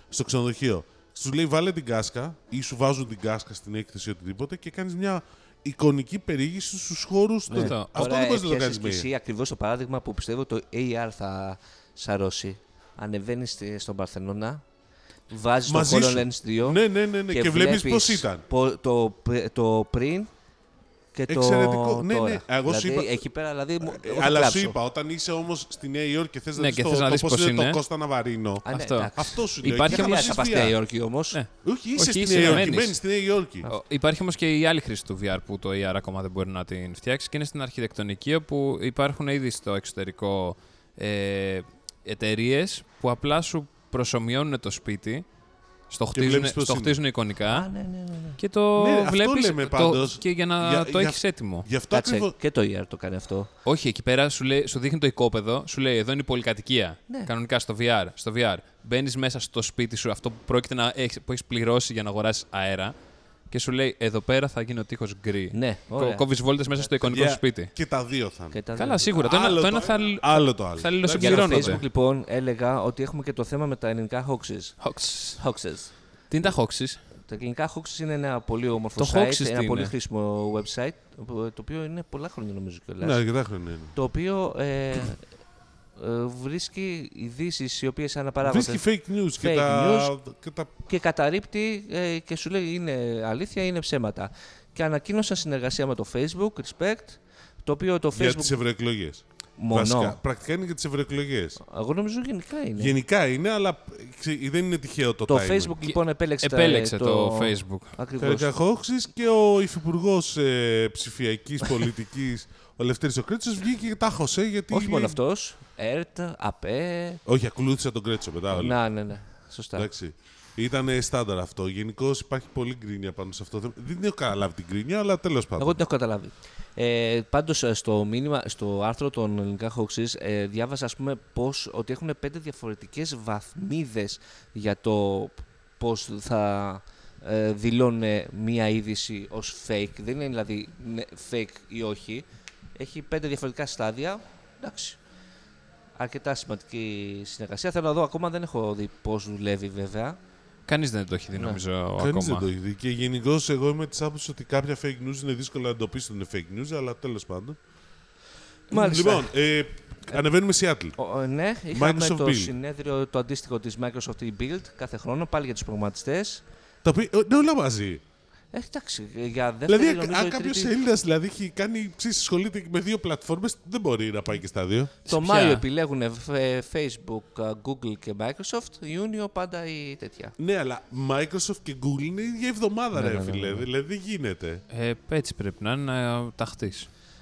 [SPEAKER 3] στο ξενοδοχείο. Σου λέει βάλε την κάσκα ή σου βάζουν την κάσκα στην έκθεση ή οτιδήποτε και κάνεις μια εικονική περιήγηση στους χώρους του.
[SPEAKER 2] Σωστό.
[SPEAKER 3] Αυτό δεν μπορείς να το κάνει
[SPEAKER 1] και εσύ ακριβώς το παράδειγμα που πιστεύω το AR θα σαρώσει. Ανεβαίνει στον Παρθενώνα, βάζεις το
[SPEAKER 3] Μαζί σου.
[SPEAKER 1] HoloLens 2
[SPEAKER 3] Ναι, ναι, ναι, ναι. Και, βλέπεις βλέπεις
[SPEAKER 1] βλέπεις
[SPEAKER 3] πώς ήταν.
[SPEAKER 1] πο- το, πρι- το πριν και το.
[SPEAKER 3] Εξαιρετικό. Ναι,
[SPEAKER 1] τώρα.
[SPEAKER 3] ναι. Εγώ σου
[SPEAKER 1] Δηλαδή,
[SPEAKER 3] είπα-
[SPEAKER 1] Εκεί πέρα, δηλαδή. μου-
[SPEAKER 3] Ε,
[SPEAKER 1] όχι
[SPEAKER 3] Αλλά
[SPEAKER 1] κλάψω.
[SPEAKER 3] σου είπα, όταν είσαι όμως στη Νέα Υόρκη και θες να
[SPEAKER 2] Ναι,
[SPEAKER 3] δεις
[SPEAKER 2] και
[SPEAKER 3] το,
[SPEAKER 2] θες να
[SPEAKER 3] το
[SPEAKER 2] δεις
[SPEAKER 3] πώς
[SPEAKER 2] πώς
[SPEAKER 3] είναι
[SPEAKER 2] είναι.
[SPEAKER 3] το Κώστα Ναβαρίνο.
[SPEAKER 1] Α, ναι,
[SPEAKER 2] Αυτό.
[SPEAKER 1] εντάξει.
[SPEAKER 3] Αυτό σου λέω.
[SPEAKER 2] Υπάρχει
[SPEAKER 1] Δεν
[SPEAKER 3] Εκεί
[SPEAKER 2] όμως
[SPEAKER 1] χρειάζεται να πας
[SPEAKER 3] θα πας στη
[SPEAKER 1] στη Νέα
[SPEAKER 3] VR.
[SPEAKER 1] Υόρκη όμως.
[SPEAKER 2] Ναι.
[SPEAKER 3] Όχι, είσαι
[SPEAKER 2] Όχι,
[SPEAKER 3] στη
[SPEAKER 2] είσαι,
[SPEAKER 3] Νέα Υόρκη.
[SPEAKER 2] μένεις.
[SPEAKER 3] Μένεις στη Νέα Υόρκη.
[SPEAKER 2] Ο- Υπάρχει όμως και η άλλη χρήση του VR που το AR ακόμα δεν μπορεί να την φτιάξει και είναι στην αρχιτεκτονική όπου υπάρχουν ήδη στο εξωτερικό ε, εταιρείες που απλά σου προσωμιώνουν το σπίτι, στο χτίζουν,
[SPEAKER 3] βλέπεις πώς
[SPEAKER 2] στο
[SPEAKER 3] είναι.
[SPEAKER 2] χτίζουν εικονικά
[SPEAKER 1] Α, ναι, ναι, ναι. ναι.
[SPEAKER 2] και το
[SPEAKER 3] Ναι, αυτό
[SPEAKER 2] βλέπεις
[SPEAKER 3] λέμε
[SPEAKER 2] το-
[SPEAKER 3] πάντως.
[SPEAKER 2] και για να
[SPEAKER 3] Για-
[SPEAKER 2] το
[SPEAKER 3] για-
[SPEAKER 2] έχεις έτοιμο.
[SPEAKER 3] Γι' αυτό
[SPEAKER 1] Κάτσε,
[SPEAKER 3] ακριβώς.
[SPEAKER 1] και το ER το κάνει αυτό.
[SPEAKER 2] Όχι, εκεί πέρα σου, λέει, σου δείχνει το οικόπεδο, σου λέει εδώ είναι η πολυκατοικία.
[SPEAKER 1] Ναι.
[SPEAKER 2] Κανονικά στο VR. Στο VR. Μπαίνεις μέσα στο σπίτι σου, αυτό που πρόκειται να έχεις, που έχεις πληρώσει για να αγοράσεις αέρα. Και σου λέει εδώ πέρα θα γίνει ο τείχος γκρι.
[SPEAKER 1] Ναι, ωραία.
[SPEAKER 2] Κόβεις βόλτες μέσα στο εικονικό σου σπίτι.
[SPEAKER 3] Και τα δύο θα είναι.
[SPEAKER 1] Και τα
[SPEAKER 2] Καλά,
[SPEAKER 1] δύο.
[SPEAKER 2] σίγουρα. Το ένα,
[SPEAKER 3] Άλλο
[SPEAKER 2] το ένα
[SPEAKER 3] το
[SPEAKER 2] θα,
[SPEAKER 3] ένα, άλλο το άλλο.
[SPEAKER 2] θα
[SPEAKER 1] Για το
[SPEAKER 2] αλληλοσυμπληρώνονται.
[SPEAKER 1] Facebook, λοιπόν, έλεγα ότι έχουμε και το θέμα με τα ελληνικά hoaxes.
[SPEAKER 2] Hoax.
[SPEAKER 1] Hoaxes.
[SPEAKER 2] Τι είναι τα hoaxes.
[SPEAKER 1] Τα ελληνικά Hoaxes είναι ένα πολύ όμορφο
[SPEAKER 2] Το Hoaxes
[SPEAKER 1] site,
[SPEAKER 2] τι
[SPEAKER 1] ένα
[SPEAKER 2] είναι?
[SPEAKER 1] πολύ χρήσιμο website, το οποίο είναι πολλά χρόνια νομίζω κιόλας.
[SPEAKER 3] Ναι, αρκετά χρόνια είναι.
[SPEAKER 1] Το οποίο ε, ε, βρίσκει ειδήσεις οι οποίες αναπαράγονται
[SPEAKER 3] Βρίσκει fake news και
[SPEAKER 1] Fake
[SPEAKER 3] τα. και τα-
[SPEAKER 1] και καταρρύπτει ε, και σου λέει είναι αλήθεια ή είναι ψέματα. Και ανακοίνωσαν συνεργασία με το Facebook, Respect, το οποίο το
[SPEAKER 3] Για
[SPEAKER 1] Facebook
[SPEAKER 3] τις ευρωεκλογές.
[SPEAKER 1] μονό.
[SPEAKER 3] Πρακτικά είναι για τις ευρωεκλογές.
[SPEAKER 1] Εγώ νομίζω γενικά είναι.
[SPEAKER 3] Γενικά είναι, αλλά ξε- δεν είναι τυχαίο το
[SPEAKER 1] Ναι. Το
[SPEAKER 3] timing.
[SPEAKER 1] Facebook λοιπόν επέλεξε, τα-
[SPEAKER 2] Επέλεξε το Facebook.
[SPEAKER 1] Ακριβώς.
[SPEAKER 3] Καρακαχώξη και ο υφυπουργός ε, ψηφιακής πολιτικής, ο Λευτέρης ο Κρέτσος, βγήκε και τα χωσέ γιατί.
[SPEAKER 1] Όχι μόνο αυτός, ΕΡΤ, ΑΠΕ,
[SPEAKER 3] Όχι, ακολούθησα τον Κρέτσο μετά. όλοι.
[SPEAKER 1] να ναι ναι, σωστά.
[SPEAKER 3] Εντάξει. Ήταν στάνταρ αυτό. Γενικώς υπάρχει πολλή γκρίνια πάνω σε αυτό. το θέμα. Δεν έχω καταλάβει την γκρίνια, αλλά τέλος πάντων.
[SPEAKER 1] Εγώ την έχω καταλάβει. Ε, Πάντως, στο, μήνυμα, στο άρθρο των ελληνικά Hoaxes ε, διάβασα ας πούμε, πως, ότι έχουν πέντε διαφορετικές βαθμίδες για το πώ θα ε, δηλώνουν μία είδηση ως fake. Δεν είναι δηλαδή ναι, fake ή όχι. Έχει πέντε διαφορετικά στάδια. Εντάξει. Αρκετά σημαντική συνεργασία. Θέλω να δω ακόμα, δεν έχω δει πώς δουλεύει βέβαια.
[SPEAKER 2] Κανείς δεν το έχει δει,
[SPEAKER 1] Ναι.
[SPEAKER 2] νομίζω.
[SPEAKER 3] Κανείς δεν το
[SPEAKER 2] ακόμα.
[SPEAKER 3] έχει δει. Και γενικώς εγώ είμαι της άποψης ότι κάποια fake news είναι δύσκολο να εντοπίσουν είναι fake news, αλλά τέλος πάντων.
[SPEAKER 1] Μάλιστα.
[SPEAKER 3] Λοιπόν, ε, ανεβαίνουμε Seattle.
[SPEAKER 1] Ο- ε, ναι, είχαμε
[SPEAKER 3] Microsoft
[SPEAKER 1] το
[SPEAKER 3] Build.
[SPEAKER 1] συνέδριο το αντίστοιχο της Microsoft η Build κάθε χρόνο, πάλι για τους προγραμματιστές.
[SPEAKER 3] Τα οποία, ε, ναι, όλα μαζί.
[SPEAKER 1] Ε, εντάξει, για δεύτερη
[SPEAKER 3] Δηλαδή,
[SPEAKER 1] νομίζω
[SPEAKER 3] αν
[SPEAKER 1] η
[SPEAKER 3] κάποιο
[SPEAKER 1] τρίτη-
[SPEAKER 3] Έλληνας δηλαδή, έχει κάνει ξέρεις, ασχολείται με δύο πλατφόρμες, δεν μπορεί να πάει και στα δύο.
[SPEAKER 1] Το
[SPEAKER 2] ποια?
[SPEAKER 1] Μάιο επιλέγουν ε, Facebook, ε, Google και Microsoft, Ιούνιο πάντα η τέτοια.
[SPEAKER 3] Ναι, αλλά Microsoft και Google είναι η ίδια εβδομάδα, ρε φίλε. Δηλαδή, δεν γίνεται.
[SPEAKER 2] Ε, έτσι πρέπει να είναι ε, να ταχθεί.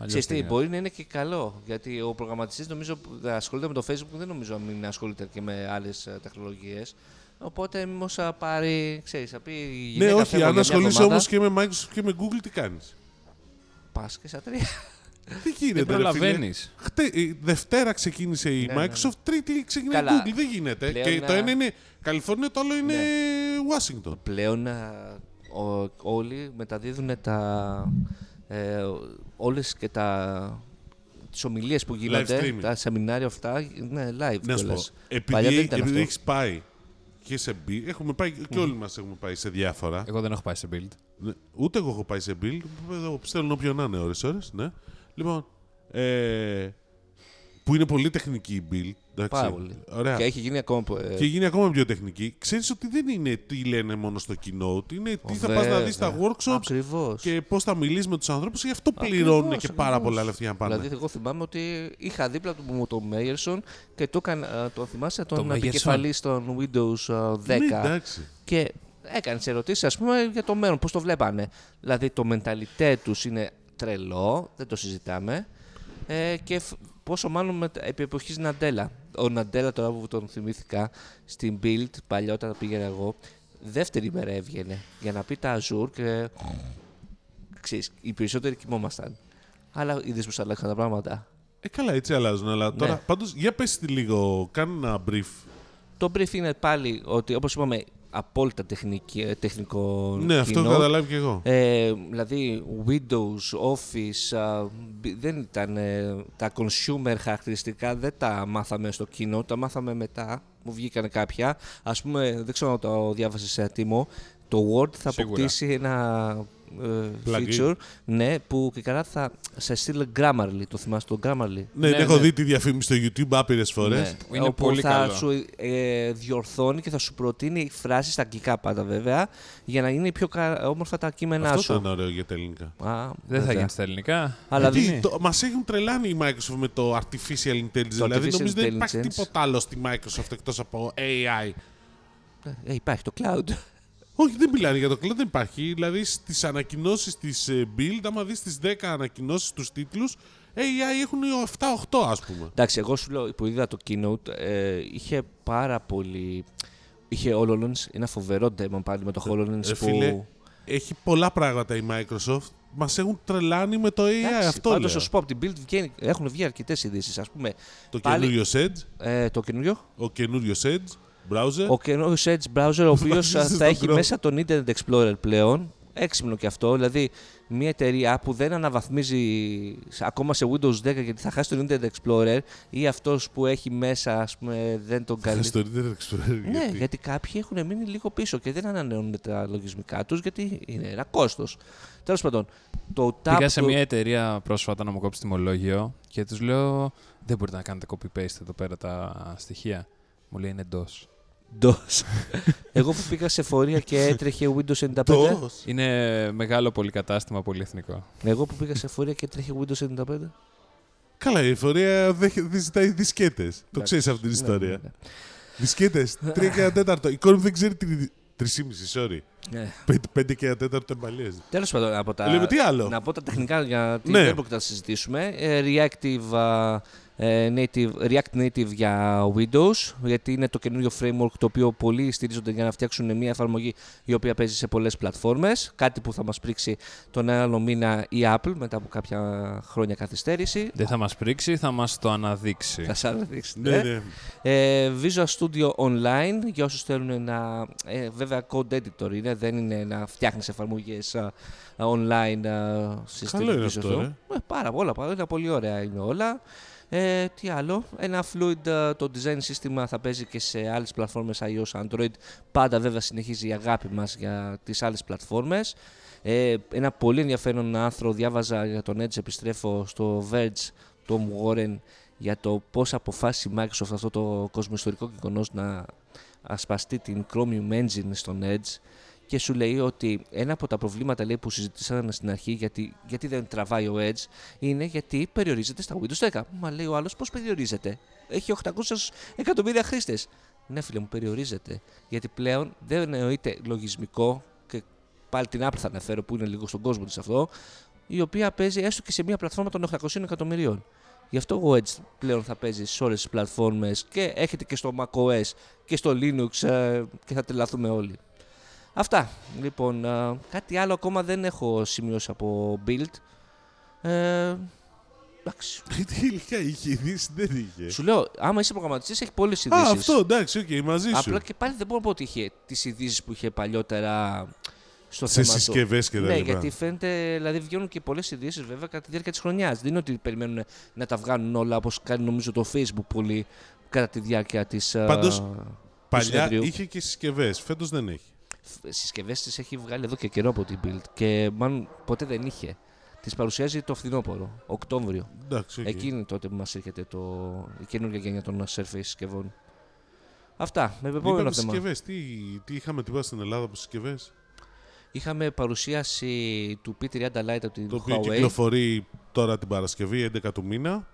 [SPEAKER 1] Ξέρεις τι, μπορεί να είναι και καλό, γιατί ο προγραμματιστής νομίζω που ασχολείται με το Facebook, δεν νομίζω να μην ασχολείται και με άλλες ε, τεχνολογίες. Οπότε μήπως θα πάρει, ξέρεις, θα πει η
[SPEAKER 3] Ναι,
[SPEAKER 1] γυναίκα
[SPEAKER 3] όχι,
[SPEAKER 1] φεύγω για
[SPEAKER 3] αν
[SPEAKER 1] μια
[SPEAKER 3] ασχολείσαι
[SPEAKER 1] εβδομάδα,
[SPEAKER 3] όμως και με Microsoft και με Google, τι κάνεις.
[SPEAKER 1] Πας και στα τρία.
[SPEAKER 3] Τι
[SPEAKER 2] Δεν
[SPEAKER 3] γίνεται, ρε φίλε.
[SPEAKER 2] προλαβαίνεις.
[SPEAKER 3] Χτε, η Δευτέρα ξεκίνησε η Microsoft, Τρίτη ξεκινάει η
[SPEAKER 1] Καλά.
[SPEAKER 3] Google. Δεν γίνεται.
[SPEAKER 1] Πλέον
[SPEAKER 3] και
[SPEAKER 1] να-
[SPEAKER 3] το ένα ναι. είναι Ναι. Καλιφόρνια, το άλλο είναι Washington.
[SPEAKER 1] πλέον α, ο- όλοι μεταδίδουν τα, ε, όλες και τα, τις ομιλίες που γίνονται,
[SPEAKER 3] streaming.
[SPEAKER 1] τα σεμινάρια αυτά, ναι, live
[SPEAKER 3] Να σου πω,
[SPEAKER 1] κιόλας. Παλιά δεν
[SPEAKER 3] επειδή,
[SPEAKER 1] ήταν
[SPEAKER 3] επειδή
[SPEAKER 1] αυτό.
[SPEAKER 3] έχεις πάει και σε Bill, έχουμε πάει και όλοι μας έχουμε πάει σε διάφορα.
[SPEAKER 2] Εγώ δεν έχω πάει σε build.
[SPEAKER 3] Ναι, Ούτε εγώ έχω πάει σε Bill. Εδώ στέλνουν όποιον να είναι ώρες ώρες. Ναι. Λοιπόν, ε, Που είναι πολύ τεχνική η Bill. εντάξει.
[SPEAKER 1] Πάρα πολύ.
[SPEAKER 3] Ωραία.
[SPEAKER 1] Και έχει γίνει ακόμα. ε,
[SPEAKER 3] Και γίνει ακόμα πιο τεχνική. Ξέρεις ότι δεν είναι τι λένε μόνο στο κοινό, ότι είναι τι θα πας να δεις στα workshops
[SPEAKER 1] ναι. Ακριβώς.
[SPEAKER 3] και πώς θα μιλήσει με τους ανθρώπους. Γι' αυτό
[SPEAKER 1] Ακριβώς,
[SPEAKER 3] πληρώνουν και πάρα
[SPEAKER 1] ακριβώς.
[SPEAKER 3] πολλά λεφτά για να πάνε.
[SPEAKER 1] Δηλαδή, εγώ θυμάμαι ότι είχα δίπλα του μου τον Μέγερσον και το, έκανα, α, το θυμάσαι τον
[SPEAKER 2] Τον Μέγερσον.
[SPEAKER 1] επικεφαλής των Windows α, 10.
[SPEAKER 3] Ναι, εντάξει.
[SPEAKER 1] και έκανες ερωτήσεις, ας πούμε, για το μέλλον, πώς το βλέπανε. Δηλαδή, το μενταλιτέ τους είναι τρελό, δεν το συζητάμε. Ε, και φ- πόσο μάλλον με, τα- επί εποχής Ναντέλα. Ο Ναντέλα, τώρα που τον θυμήθηκα, στην Build, παλιότερα πήγαινα εγώ, δεύτερη μέρα έβγαινε για να πει τα Azure και. Ξέρεις, οι περισσότεροι κοιμόμασταν. Αλλά είδες πώ αλλάξαν τα πράγματα.
[SPEAKER 3] Ε, καλά, έτσι αλλάζουν. Αλλά
[SPEAKER 1] Ναι.
[SPEAKER 3] τώρα, πάντως, για πες τη λίγο, κάνε ένα brief.
[SPEAKER 1] Το brief είναι πάλι ότι, όπως είπαμε, απόλυτα τεχνική, ε, τεχνικό.
[SPEAKER 3] Ναι, αυτό έχω
[SPEAKER 1] κοινό.
[SPEAKER 3] καταλάβει και εγώ.
[SPEAKER 1] Ε, δηλαδή, Windows, Office, α, μπ- δεν ήταν ε, τα consumer χαρακτηριστικά, δεν τα μάθαμε στο κοινό, τα μάθαμε μετά, μου βγήκαν κάποια. Ας πούμε, δεν ξέρω αν το διάβασες σε ατίμο, το Word θα
[SPEAKER 2] Σίγουρα.
[SPEAKER 1] αποκτήσει ένα ε,
[SPEAKER 3] Plugin.
[SPEAKER 1] feature, ναι, που και καλά θα σε στείλει Grammarly, το θυμάσαι το Grammarly. Ε,
[SPEAKER 2] ναι,
[SPEAKER 3] ναι, έχω
[SPEAKER 2] ναι.
[SPEAKER 3] δει τη διαφήμιση στο YouTube άπειρες φορές.
[SPEAKER 1] Ναι.
[SPEAKER 2] Που Ναι. είναι
[SPEAKER 1] όπου
[SPEAKER 2] πολύ
[SPEAKER 1] θα
[SPEAKER 2] καλό.
[SPEAKER 1] σου ε, διορθώνει και θα σου προτείνει φράσεις στα αγγλικά πάντα βέβαια για να είναι πιο κα- όμορφα τα κείμενά
[SPEAKER 3] Αυτό
[SPEAKER 1] σου.
[SPEAKER 3] ήταν ωραίο για τα ελληνικά.
[SPEAKER 1] Α,
[SPEAKER 2] Δεν θα
[SPEAKER 1] βέβαια.
[SPEAKER 2] γίνει στα ελληνικά.
[SPEAKER 1] Αλλά
[SPEAKER 3] Γιατί
[SPEAKER 1] δεν-
[SPEAKER 3] το, μας έχουν τρελάνει η Microsoft με το artificial intelligence. δηλαδή,
[SPEAKER 1] artificial
[SPEAKER 3] νομίζω δεν υπάρχει
[SPEAKER 1] intelligence.
[SPEAKER 3] τίποτα άλλο στη Microsoft εκτός από AI.
[SPEAKER 1] Ε, υπάρχει το cloud.
[SPEAKER 3] Όχι, δεν μιλάνε για το cloud, δεν υπάρχει. Δηλαδή, στις ανακοινώσεις της ε, Build, άμα δεις τις 10 ανακοινώσεις τους τίτλους, AI έχουν 7-8, ας πούμε.
[SPEAKER 1] Εντάξει, εγώ σου λέω που είδα το keynote, ε, είχε πάρα πολύ. Είχε HoloLens, ένα φοβερό demo πάλι με το HoloLens
[SPEAKER 3] Ε,
[SPEAKER 1] που.
[SPEAKER 3] φίλε, έχει πολλά πράγματα η Microsoft. Μας έχουν τρελάνει με το AI.
[SPEAKER 1] Εντάξει,
[SPEAKER 3] αυτό
[SPEAKER 1] πάντως,
[SPEAKER 3] λέω.
[SPEAKER 1] να σου πω από την Build βγαίνει, έχουν βγει αρκετές ειδήσεις. Ας πούμε,
[SPEAKER 3] Το
[SPEAKER 1] πάλι-
[SPEAKER 3] καινούριο Edge.
[SPEAKER 1] ε, το καινούριο.
[SPEAKER 3] Ο καινούριο Edge. Browser.
[SPEAKER 1] Ο καινούριο Edge browser, ο οποίος
[SPEAKER 3] Βασίζεται
[SPEAKER 1] θα
[SPEAKER 3] στον
[SPEAKER 1] έχει
[SPEAKER 3] Ε. Chrome.
[SPEAKER 1] μέσα τον Internet Explorer πλέον. Έξυπνο και αυτό. Δηλαδή, μια εταιρεία που δεν αναβαθμίζει σε- ακόμα σε Windows 10 γιατί θα χάσει τον Internet Explorer ή αυτός που έχει μέσα, ας πούμε, δεν τον
[SPEAKER 3] Θα
[SPEAKER 1] καλύπτει.
[SPEAKER 3] στο Internet Explorer.
[SPEAKER 1] Ναι, γιατί,
[SPEAKER 3] γιατί.
[SPEAKER 1] κάποιοι έχουν μείνει λίγο πίσω και δεν ανανεώνουν τα λογισμικά τους γιατί είναι ένα κόστος. Τέλος πάντων, το tab.
[SPEAKER 2] Πήγα σε
[SPEAKER 1] του-
[SPEAKER 2] μια εταιρεία πρόσφατα να μου κόψει τιμολόγιο και τους λέω: Δεν μπορείτε να κάνετε copy-paste εδώ πέρα τα στοιχεία. Μου λέει είναι εντός.
[SPEAKER 1] DOS. Εγώ που πήγα σε φορεία και έτρεχε Windows 95.
[SPEAKER 3] Τος.
[SPEAKER 2] Είναι μεγάλο πολυκατάστημα, πολυεθνικό.
[SPEAKER 1] Εγώ που πήγα σε φορεία και έτρεχε Windows 95.
[SPEAKER 3] Καλά, η εφορία δεν δεν ζητάει δισκέτες. Το
[SPEAKER 1] Εντάξει,
[SPEAKER 3] ξέρεις αυτή την ιστορία.
[SPEAKER 1] ναι.
[SPEAKER 3] Δισκέτε, 3 και 1 τέταρτο. Η κόρη μου δεν ξέρει την. 3,5, sorry.
[SPEAKER 1] Ναι.
[SPEAKER 3] 5 και 1 τέταρτο εμβαλίε.
[SPEAKER 1] Τέλος πάντων, από
[SPEAKER 2] Ε,
[SPEAKER 1] τα,
[SPEAKER 3] Λέμε, τι άλλο?
[SPEAKER 1] να πω τα τεχνικά για την
[SPEAKER 3] Ναι.
[SPEAKER 1] ναι. δεν πρόκειται να συζητήσουμε. Ε, Reactive, α, ε, native, React Native για Windows, γιατί είναι το καινούριο framework το οποίο πολλοί στηρίζονται για να φτιάξουν μια εφαρμογή η οποία παίζει σε πολλές πλατφόρμες. Κάτι που θα μας πρίξει τον άλλο μήνα η Apple μετά από κάποια χρόνια καθυστέρηση.
[SPEAKER 2] Δεν θα μας πρίξει, θα μας το αναδείξει.
[SPEAKER 1] Θα σας αναδείξετε.
[SPEAKER 3] Ναι, ναι.
[SPEAKER 1] Ε, Visual Studio Online για όσους θέλουν να... Ε, βέβαια code editor είναι, δεν είναι να φτιάχνεις εφαρμογές α, online α, στις
[SPEAKER 3] Καλό είναι αυτό,
[SPEAKER 1] Ε, πάρα πολλά, πάρα πολλά, πολύ ωραία είναι όλα. Ε, τι άλλο, ένα Fluid α, το design σύστημα θα παίζει και σε άλλες πλατφόρμες iOS, Android. Πάντα βέβαια συνεχίζει η αγάπη μας για τις άλλες πλατφόρμες. Ε, ένα πολύ ενδιαφέρον άρθρο διάβαζα για τον Edge, επιστρέφω στο Verge, Tom Warren, για το πώς αποφάσισε η Microsoft αυτό το κοσμοϊστορικό γεγονός να ασπαστεί την Chromium Engine στον Edge και σου λέει ότι ένα από τα προβλήματα λέει, που συζητήσαμε στην αρχή γιατί, γιατί δεν τραβάει ο Edge είναι γιατί περιορίζεται στα Windows 10. Μα λέει ο άλλος πώς περιορίζεται. Έχει 800 εκατομμύρια χρήστες. Ναι φίλε μου περιορίζεται γιατί πλέον δεν εννοείται λογισμικό και πάλι την Apple θα αναφέρω που είναι λίγο στον κόσμο της αυτό η οποία παίζει έστω και σε μια πλατφόρμα των 800 εκατομμυρίων. Γι' αυτό ο Edge πλέον θα παίζει σε όλες τις πλατφόρμες και έχετε και στο macOS και στο Linux ε, και θα τρελαθούμε όλοι. Αυτά. Λοιπόν, ε, κάτι άλλο ακόμα δεν έχω σημειώσει από build. Ε, εντάξει.
[SPEAKER 3] Τι ηλικία είχε, ειδήσει δεν είχε.
[SPEAKER 1] Σου λέω, άμα είσαι προγραμματιστής έχει πολλές ειδήσεις.
[SPEAKER 3] Ε. Α, αυτό εντάξει, οκ, μαζί
[SPEAKER 1] Απλά
[SPEAKER 3] σου.
[SPEAKER 1] και πάλι δεν μπορώ να πω ότι είχε τις ειδήσεις που είχε παλιότερα στο
[SPEAKER 3] Σε
[SPEAKER 1] θέμα του.
[SPEAKER 3] συσκευέ και τα
[SPEAKER 1] Ναι,
[SPEAKER 3] λοιπά.
[SPEAKER 1] γιατί φαίνεται, δηλαδή βγαίνουν και πολλές ειδήσεις βέβαια κατά τη διάρκεια της χρονιάς. Δεν είναι ότι περιμένουν να τα βγάλουν όλα όπως κάνει νομίζω το Facebook πολύ κατά τη διάρκεια ε, τη.
[SPEAKER 3] Πάντως, Παλιά
[SPEAKER 1] συνεδρίου.
[SPEAKER 3] είχε και συσκευές, φέτος δεν έχει.
[SPEAKER 1] Συσκευές τη έχει βγάλει εδώ και καιρό από την Build και μάλλον ποτέ δεν είχε. Τη παρουσιάζει το φθινόπωρο, Οκτώβριο.
[SPEAKER 3] Εντάξει, οκ.
[SPEAKER 1] Εκείνη τότε που μας έρχεται το... η καινούργια γενιά των Surface συσκευών. Αυτά, με
[SPEAKER 3] Είπαμε
[SPEAKER 1] επόμενο θέμα.
[SPEAKER 3] συσκευές. Τι, τι είχαμε τίποτα στην Ελλάδα από συσκευές.
[SPEAKER 1] Είχαμε παρουσίαση του P30 Lite από την
[SPEAKER 3] Το οποίο
[SPEAKER 1] Huawei.
[SPEAKER 3] κυκλοφορεί τώρα την Παρασκευή, 11 του μήνα.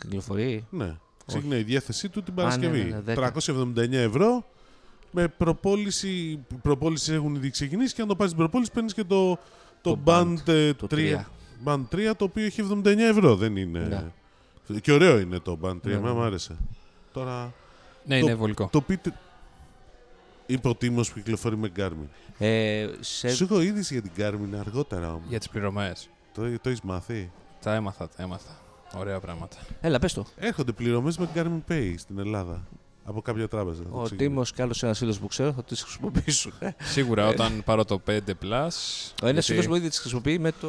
[SPEAKER 1] Κυκλοφορεί.
[SPEAKER 3] Ναι. Ξεκινάει η διάθεσή του την
[SPEAKER 1] ναι,
[SPEAKER 3] Παρασκευή.
[SPEAKER 1] ναι, ναι, δέκα.
[SPEAKER 3] 379 ευρώ. Με προπόληση. Προπόληση έχουν ήδη ξεκινήσει και αν το πάρεις την προπόληση παίρνεις και το, το,
[SPEAKER 1] Το
[SPEAKER 3] band,
[SPEAKER 1] band,
[SPEAKER 3] ε,
[SPEAKER 1] το
[SPEAKER 3] 3,
[SPEAKER 1] τρία.
[SPEAKER 3] band 3 το οποίο έχει 79 ευρώ. Δεν είναι. Και ωραίο είναι το Band 3,
[SPEAKER 1] Ναι, ναι,
[SPEAKER 3] εμένα μου
[SPEAKER 1] ναι.
[SPEAKER 3] άρεσε. Τώρα.
[SPEAKER 2] Ναι,
[SPEAKER 3] το-
[SPEAKER 2] είναι βολικό.
[SPEAKER 3] Το πείτε. Είπε ο Τίμος που κυκλοφορεί με Garmin.
[SPEAKER 1] Ε, σε...
[SPEAKER 3] Σου έχω είδηση για την Garmin αργότερα όμως.
[SPEAKER 2] Για τις πληρωμές.
[SPEAKER 3] Το, το έχεις μάθει.
[SPEAKER 2] Τα έμαθα, τα έμαθα. Ωραία πράγματα.
[SPEAKER 1] Έλα, πες το.
[SPEAKER 3] Έρχονται πληρωμές με Garmin Pay στην Ελλάδα. Από κάποια τράπεζα. δεν
[SPEAKER 1] Ο
[SPEAKER 3] ξέρω.
[SPEAKER 1] Τίμο και άλλος ένας φίλος που ξέρω θα τις χρησιμοποιήσουν.
[SPEAKER 2] Σίγουρα όταν πάρω το 5 Plus.
[SPEAKER 1] Ο ένας
[SPEAKER 2] γιατί-
[SPEAKER 1] φίλος μου ήδη τις χρησιμοποιεί με το.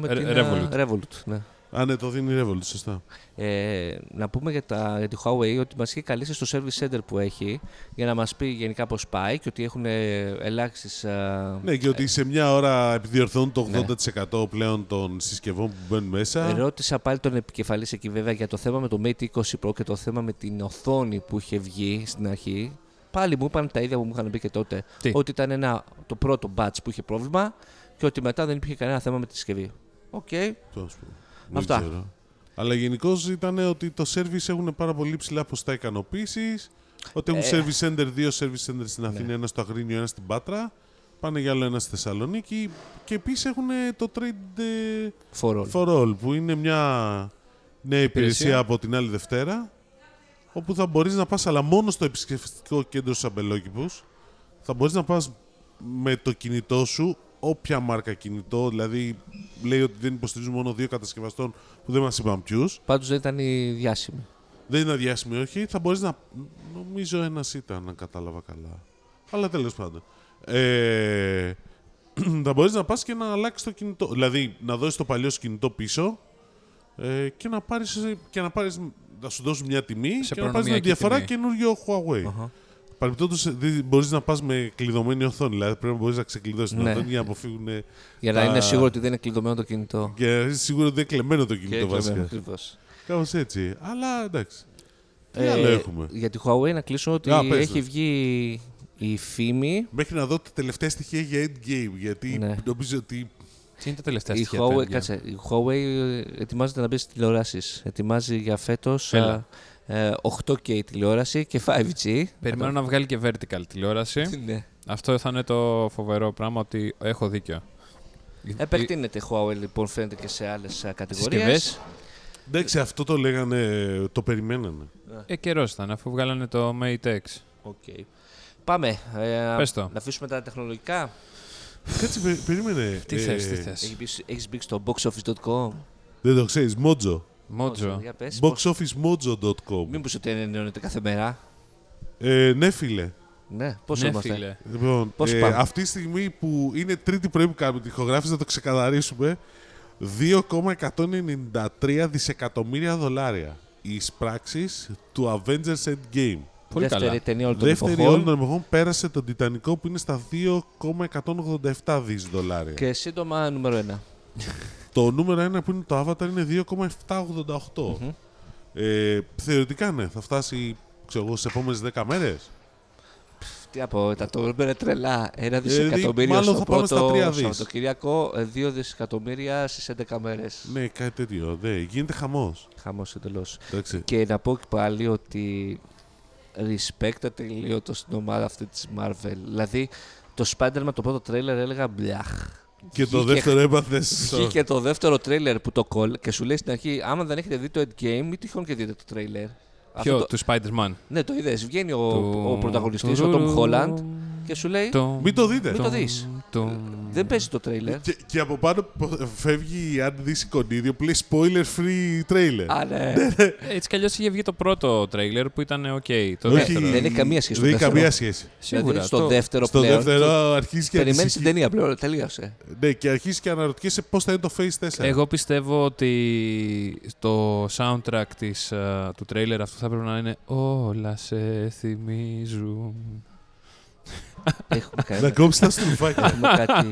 [SPEAKER 1] Με
[SPEAKER 2] Ρε-
[SPEAKER 1] την,
[SPEAKER 2] Revolut.
[SPEAKER 1] ε, Revolut ναι.
[SPEAKER 3] Α, ναι, το δίνει η Revolut, σωστά.
[SPEAKER 1] Ε, να πούμε για, τα, για τη Huawei ότι μας είχε καλέσει στο service center που έχει για να μας πει γενικά πώς πάει και ότι έχουν ε, ελάχιστες... ε,
[SPEAKER 3] Ναι, και ότι σε μια ώρα επιδιορθώνουν το 80% πλέον των συσκευών που μπαίνουν μέσα.
[SPEAKER 1] Ρώτησα πάλι τον επικεφαλής εκεί βέβαια για το θέμα με το Mate 20 Pro και το θέμα με την οθόνη που είχε βγει στην αρχή. Πάλι μου είπαν τα ίδια που μου είχαν πει και τότε.
[SPEAKER 2] Τι?
[SPEAKER 1] Ότι ήταν ένα, το πρώτο batch που είχε πρόβλημα και ότι μετά δεν υπήρχε κανένα θέμα με τη συσκευή. Οκ.
[SPEAKER 3] Το ας πούμε. Δεν
[SPEAKER 1] Αυτά.
[SPEAKER 3] ξέρω. Αλλά γενικώς ήταν ότι το service έχουν πάρα πολύ ψηλά ποσοστά ικανοποίησης. Ότι έχουν service center, δύο service center στην Αθήνα, ένα στο Αγρίνιο, ένα στην Πάτρα. Πάνε για άλλο ένα στη Θεσσαλονίκη. Και επίσης έχουν το Trade ε,
[SPEAKER 1] For all.
[SPEAKER 3] For All, που είναι μια νέα υπηρεσία
[SPEAKER 2] Υπηρεσία.
[SPEAKER 3] από την άλλη Δευτέρα, όπου θα μπορείς να πας, αλλά μόνο στο επισκεφτικό κέντρο στους αμπελόκηπους, θα μπορείς να πας με το κινητό σου, όποια μάρκα κινητό, δηλαδή λέει ότι δεν υποστηρίζουν μόνο δύο κατασκευαστών που δεν μας είπαν ποιους,
[SPEAKER 1] Πάντως δεν ήταν η διάσημη.
[SPEAKER 3] δεν είναι αδιάσημοι όχι, θα μπορείς να... Νομίζω ένας ήταν, αν κατάλαβα καλά. Αλλά τέλος πάντων. Ε, θα μπορείς να πας και να αλλάξεις το κινητό. Δηλαδή, να δώσεις το παλιό σου κινητό πίσω ε, και να πάρεις, και να, πάρεις, να σου δώσουν μια τιμή
[SPEAKER 2] Σε
[SPEAKER 3] και να πάρεις με
[SPEAKER 2] προνομιακή
[SPEAKER 3] διαφορά
[SPEAKER 2] τιμή.
[SPEAKER 3] καινούριο Huawei.
[SPEAKER 1] Αχα.
[SPEAKER 3] Παρεμπιπτόντως, δεν μπορείς να πας με κλειδωμένη οθόνη. Δηλαδή, πρέπει να μπορείς να ξεκλειδώσεις
[SPEAKER 1] Ναι.
[SPEAKER 3] την οθόνη για να αποφύγουν... ε,
[SPEAKER 1] Για να
[SPEAKER 3] τα-
[SPEAKER 1] είναι σίγουρο ότι δεν είναι κλειδωμένο το κινητό.
[SPEAKER 3] Και να είσαι σίγουρο ότι δεν είναι κλεμμένο το
[SPEAKER 1] Και
[SPEAKER 3] κινητό
[SPEAKER 1] κλειδωμένο,
[SPEAKER 3] βασικά.
[SPEAKER 1] ακριβώς.
[SPEAKER 3] Κάπως έτσι. Αλλά εντάξει. Τι
[SPEAKER 1] Ε,
[SPEAKER 3] άλλο έχουμε.
[SPEAKER 1] Για τη Huawei να κλείσω ότι
[SPEAKER 3] Α, πες
[SPEAKER 1] έχει
[SPEAKER 3] μας.
[SPEAKER 1] βγει η φήμη.
[SPEAKER 3] Μέχρι να δω τα τελευταία στοιχεία για endgame, γιατί
[SPEAKER 1] Ναι.
[SPEAKER 3] νομίζω ότι...
[SPEAKER 2] Τι είναι τα τελευταία
[SPEAKER 1] Η
[SPEAKER 2] στοιχεία.
[SPEAKER 1] Huawei,
[SPEAKER 2] παιδιά?
[SPEAKER 1] κάτσε, η Huawei ετοιμάζεται να μπει στις τηλεοράσεις. Ετοιμάζει για φέτος
[SPEAKER 2] Έλα.
[SPEAKER 1] ε, 8K τηλεόραση και 5G.
[SPEAKER 2] Περιμένω να βγάλει και vertical τηλεόραση.
[SPEAKER 1] Ναι.
[SPEAKER 2] Αυτό θα είναι το φοβερό πράγμα ότι έχω δίκιο.
[SPEAKER 1] Επεκτείνεται η Huawei λοιπόν φαίνεται και σε άλλες ε, κατηγορίες.
[SPEAKER 2] Συσκευές.
[SPEAKER 3] Εντάξει, αυτό το λέγανε, το περιμένανε.
[SPEAKER 2] Ε, καιρός ήταν αφού βγάλανε το Mate X.
[SPEAKER 1] Okay. Πάμε. Ε,
[SPEAKER 2] Πες το.
[SPEAKER 1] Να αφήσουμε τα τεχνολογικά.
[SPEAKER 3] Κάτσε, πε- περίμενε. ε,
[SPEAKER 2] Τι θες, τι θες.
[SPEAKER 1] Έχεις μπει- Έχεις μπει στο boxoffice.com.
[SPEAKER 3] Δεν το ξέρεις, Mojo.
[SPEAKER 2] Mojo.
[SPEAKER 1] Για πες. Πώς-
[SPEAKER 3] Boxofficemojo.com.
[SPEAKER 1] Μήπως ότι ενενώνεται κάθε μέρα.
[SPEAKER 3] Ε, ναι, φίλε.
[SPEAKER 1] Ναι, πώς
[SPEAKER 2] ναι,
[SPEAKER 1] είμαστε.
[SPEAKER 2] φίλε.
[SPEAKER 3] Λοιπόν,
[SPEAKER 1] Πώς
[SPEAKER 3] ε,
[SPEAKER 1] πάμε?
[SPEAKER 3] αυτή τη στιγμή που είναι τρίτη πρωί που κάνουμε την ηχογράφηση, να το ξεκαθαρίσουμε, 2,193 δισεκατομμύρια δολάρια. Οι εισπράξεις του Avengers Endgame.
[SPEAKER 2] Πολύ
[SPEAKER 1] Δεύτερη
[SPEAKER 2] καλά.
[SPEAKER 1] ταινία όλων των
[SPEAKER 3] Δεύτερη
[SPEAKER 1] εποχών.
[SPEAKER 3] όλων των εποχών πέρασε τον Τιτανικό που είναι στα 2,187 δις δολάρια.
[SPEAKER 1] Και σύντομα νούμερο ένα.
[SPEAKER 3] Το νούμερο 1 που είναι το Avatar είναι 2,788. Ε, θεωρητικά ναι, θα φτάσει ξέρω εγώ, στις επόμενες 10 μέρε.
[SPEAKER 1] Τι να πω, τα το είναι τρελά. Ένα
[SPEAKER 3] Δηλαδή,
[SPEAKER 1] δισεκατομμύριο
[SPEAKER 3] μάλλον
[SPEAKER 1] στο
[SPEAKER 3] θα πάμε στα
[SPEAKER 1] πρώτο
[SPEAKER 3] τρία δις.
[SPEAKER 1] Σαββατοκυριακό, ε, δύο δισεκατομμύρια στις 11 μέρες.
[SPEAKER 3] Ναι, κάτι τέτοιο. Δε, γίνεται χαμός.
[SPEAKER 1] Χαμός εντελώς.
[SPEAKER 3] Εντάξει.
[SPEAKER 1] Και να πω και πάλι ότι respect τελείωτο στην ομάδα αυτή της Marvel. Δηλαδή, το Spider-Man το πρώτο τρέλερ έλεγα μπλιαχ.
[SPEAKER 3] Και το
[SPEAKER 1] Βγήκε-
[SPEAKER 3] δεύτερο έπαθες.
[SPEAKER 1] Βγήκε το δεύτερο τρέλερ που το κολ και σου λέει στην αρχή, άμα δεν έχετε δει το Endgame, μη τυχόν και δείτε το τρέλερ. Αυτό
[SPEAKER 2] Ποιο,
[SPEAKER 1] το-
[SPEAKER 2] του Spider-Man.
[SPEAKER 1] Ναι, το είδες. Βγαίνει ο,
[SPEAKER 2] Του-
[SPEAKER 1] ο πρωταγωνιστής, ο
[SPEAKER 2] του-
[SPEAKER 1] Tom Holland, και σου λέει,
[SPEAKER 2] Του-
[SPEAKER 3] Μην το δείτε.
[SPEAKER 1] Ε, Μην το δεις.
[SPEAKER 2] του-
[SPEAKER 1] δεν παίζει το τρέλερ.
[SPEAKER 3] Και, και από πάνω πο- φεύγει αν δεις κονίδιο που λέει spoiler free trailer.
[SPEAKER 1] Α, ναι.
[SPEAKER 2] Ε, Έτσι κι αλλιώς είχε βγει το πρώτο τρέιλερ που ήταν οκ. Το
[SPEAKER 3] Όχι,
[SPEAKER 2] δεύτερο.
[SPEAKER 1] δεν έχει καμία σχέση
[SPEAKER 3] Δεν
[SPEAKER 1] στο
[SPEAKER 3] έχει
[SPEAKER 1] δεύτερο.
[SPEAKER 3] καμία σχέση.
[SPEAKER 1] Δηλαδή,
[SPEAKER 2] Σίγουρα.
[SPEAKER 1] στο
[SPEAKER 2] το-
[SPEAKER 1] δεύτερο
[SPEAKER 3] Στο
[SPEAKER 1] πλέον.
[SPEAKER 3] δεύτερο αρχίζει και
[SPEAKER 1] Περιμένεις την
[SPEAKER 3] ανησυχεί.
[SPEAKER 1] ταινία πλέον. Τελείωσε.
[SPEAKER 3] Ναι, και αρχίζει και αναρωτιέσαι πώς θα είναι το Phase 4.
[SPEAKER 2] Εγώ πιστεύω ότι το soundtrack της, ε, α, του τρέιλερ αυτού θα πρέπει να είναι Όλα σε θυμίζουν.
[SPEAKER 1] Έχουμε
[SPEAKER 3] Να
[SPEAKER 1] κάνει.
[SPEAKER 3] κόψεις τα στρουφάκια.
[SPEAKER 1] Έχουμε κάτι.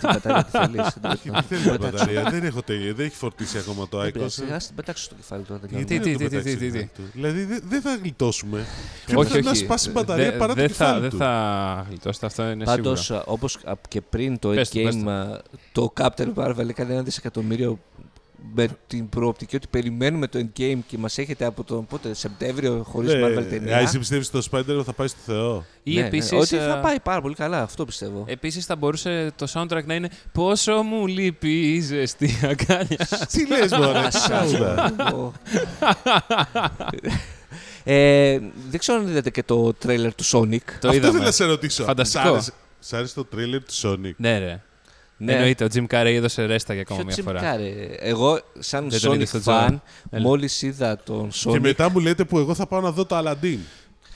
[SPEAKER 1] Κάτι μπαταρία που
[SPEAKER 3] Όχι, δεν
[SPEAKER 1] θέλει.
[SPEAKER 3] θέλω μπαταρία. Δεν έχω τέλεια. Δεν έχει φορτίσει ακόμα το
[SPEAKER 1] Σιγά
[SPEAKER 3] Icos.
[SPEAKER 1] σιγά την πετάξω στο κεφάλι του. όταν
[SPEAKER 3] Γιατί
[SPEAKER 1] κάνω.
[SPEAKER 2] Τι,
[SPEAKER 3] δεν
[SPEAKER 2] τι,
[SPEAKER 3] το
[SPEAKER 2] τι,
[SPEAKER 3] πετάξεις
[SPEAKER 2] τι, τι, τι.
[SPEAKER 3] κεφάλι του. Δηλαδή δε- δεν θα γλιτώσουμε.
[SPEAKER 2] όχι,
[SPEAKER 3] Πρέπει
[SPEAKER 2] όχι.
[SPEAKER 3] να σπάσει η
[SPEAKER 2] Δε-
[SPEAKER 3] μπαταρία παρά το
[SPEAKER 2] δεν θα,
[SPEAKER 3] κεφάλι
[SPEAKER 2] δεν
[SPEAKER 3] του.
[SPEAKER 2] θα γλιτώσετε, αυτό είναι
[SPEAKER 1] Πάντως,
[SPEAKER 2] σίγουρο.
[SPEAKER 1] όπως και πριν το
[SPEAKER 2] Πες το, πες
[SPEAKER 1] Endgame, α, το Captain Marvel έκανε ένα δισεκατομμύριο με την προοπτική ότι περιμένουμε το Endgame και μας έχετε από τον πότε, Σεπτέμβριο χωρίς
[SPEAKER 3] Ε,
[SPEAKER 1] Marvel
[SPEAKER 3] Α,
[SPEAKER 1] ταινία.
[SPEAKER 3] εσύ πιστεύεις ότι το Spider-Man θα πάει στο Θεό.
[SPEAKER 2] Ή
[SPEAKER 1] Ναι, ναι.
[SPEAKER 2] επίσης,
[SPEAKER 1] Ότι
[SPEAKER 2] ε,
[SPEAKER 1] θα πάει πάρα πολύ καλά, αυτό πιστεύω.
[SPEAKER 2] Επίσης θα μπορούσε το soundtrack να είναι «Πόσο μου λείπει η ζεστή αγκάλια».
[SPEAKER 3] Τι λες μωρέ, σάουδα.
[SPEAKER 1] Σάουδα. Ε, δεν ξέρω αν είδατε και το τρέλερ του Sonic.
[SPEAKER 2] Το
[SPEAKER 3] Αυτό
[SPEAKER 2] είδαμε.
[SPEAKER 3] θέλω να σε ρωτήσω.
[SPEAKER 2] Φανταστικό.
[SPEAKER 3] Σ' άρεσε- Σ' άρεσε το τρίλερ του Sonic.
[SPEAKER 2] Ναι, ρε. Εννοείται, ο Jim Carrey έδωσε ρέστα για ακόμα
[SPEAKER 1] Ποιο
[SPEAKER 2] μια φορά.
[SPEAKER 1] τσιμπικάρε. Εγώ, σαν
[SPEAKER 2] Δεν τον
[SPEAKER 1] Sonic
[SPEAKER 2] είδες στο
[SPEAKER 1] fan,
[SPEAKER 2] Τζον. Έλα.
[SPEAKER 1] μόλις είδα τον Sonic.
[SPEAKER 3] Και μετά μου λέτε που εγώ θα πάω να δω το Aladdin.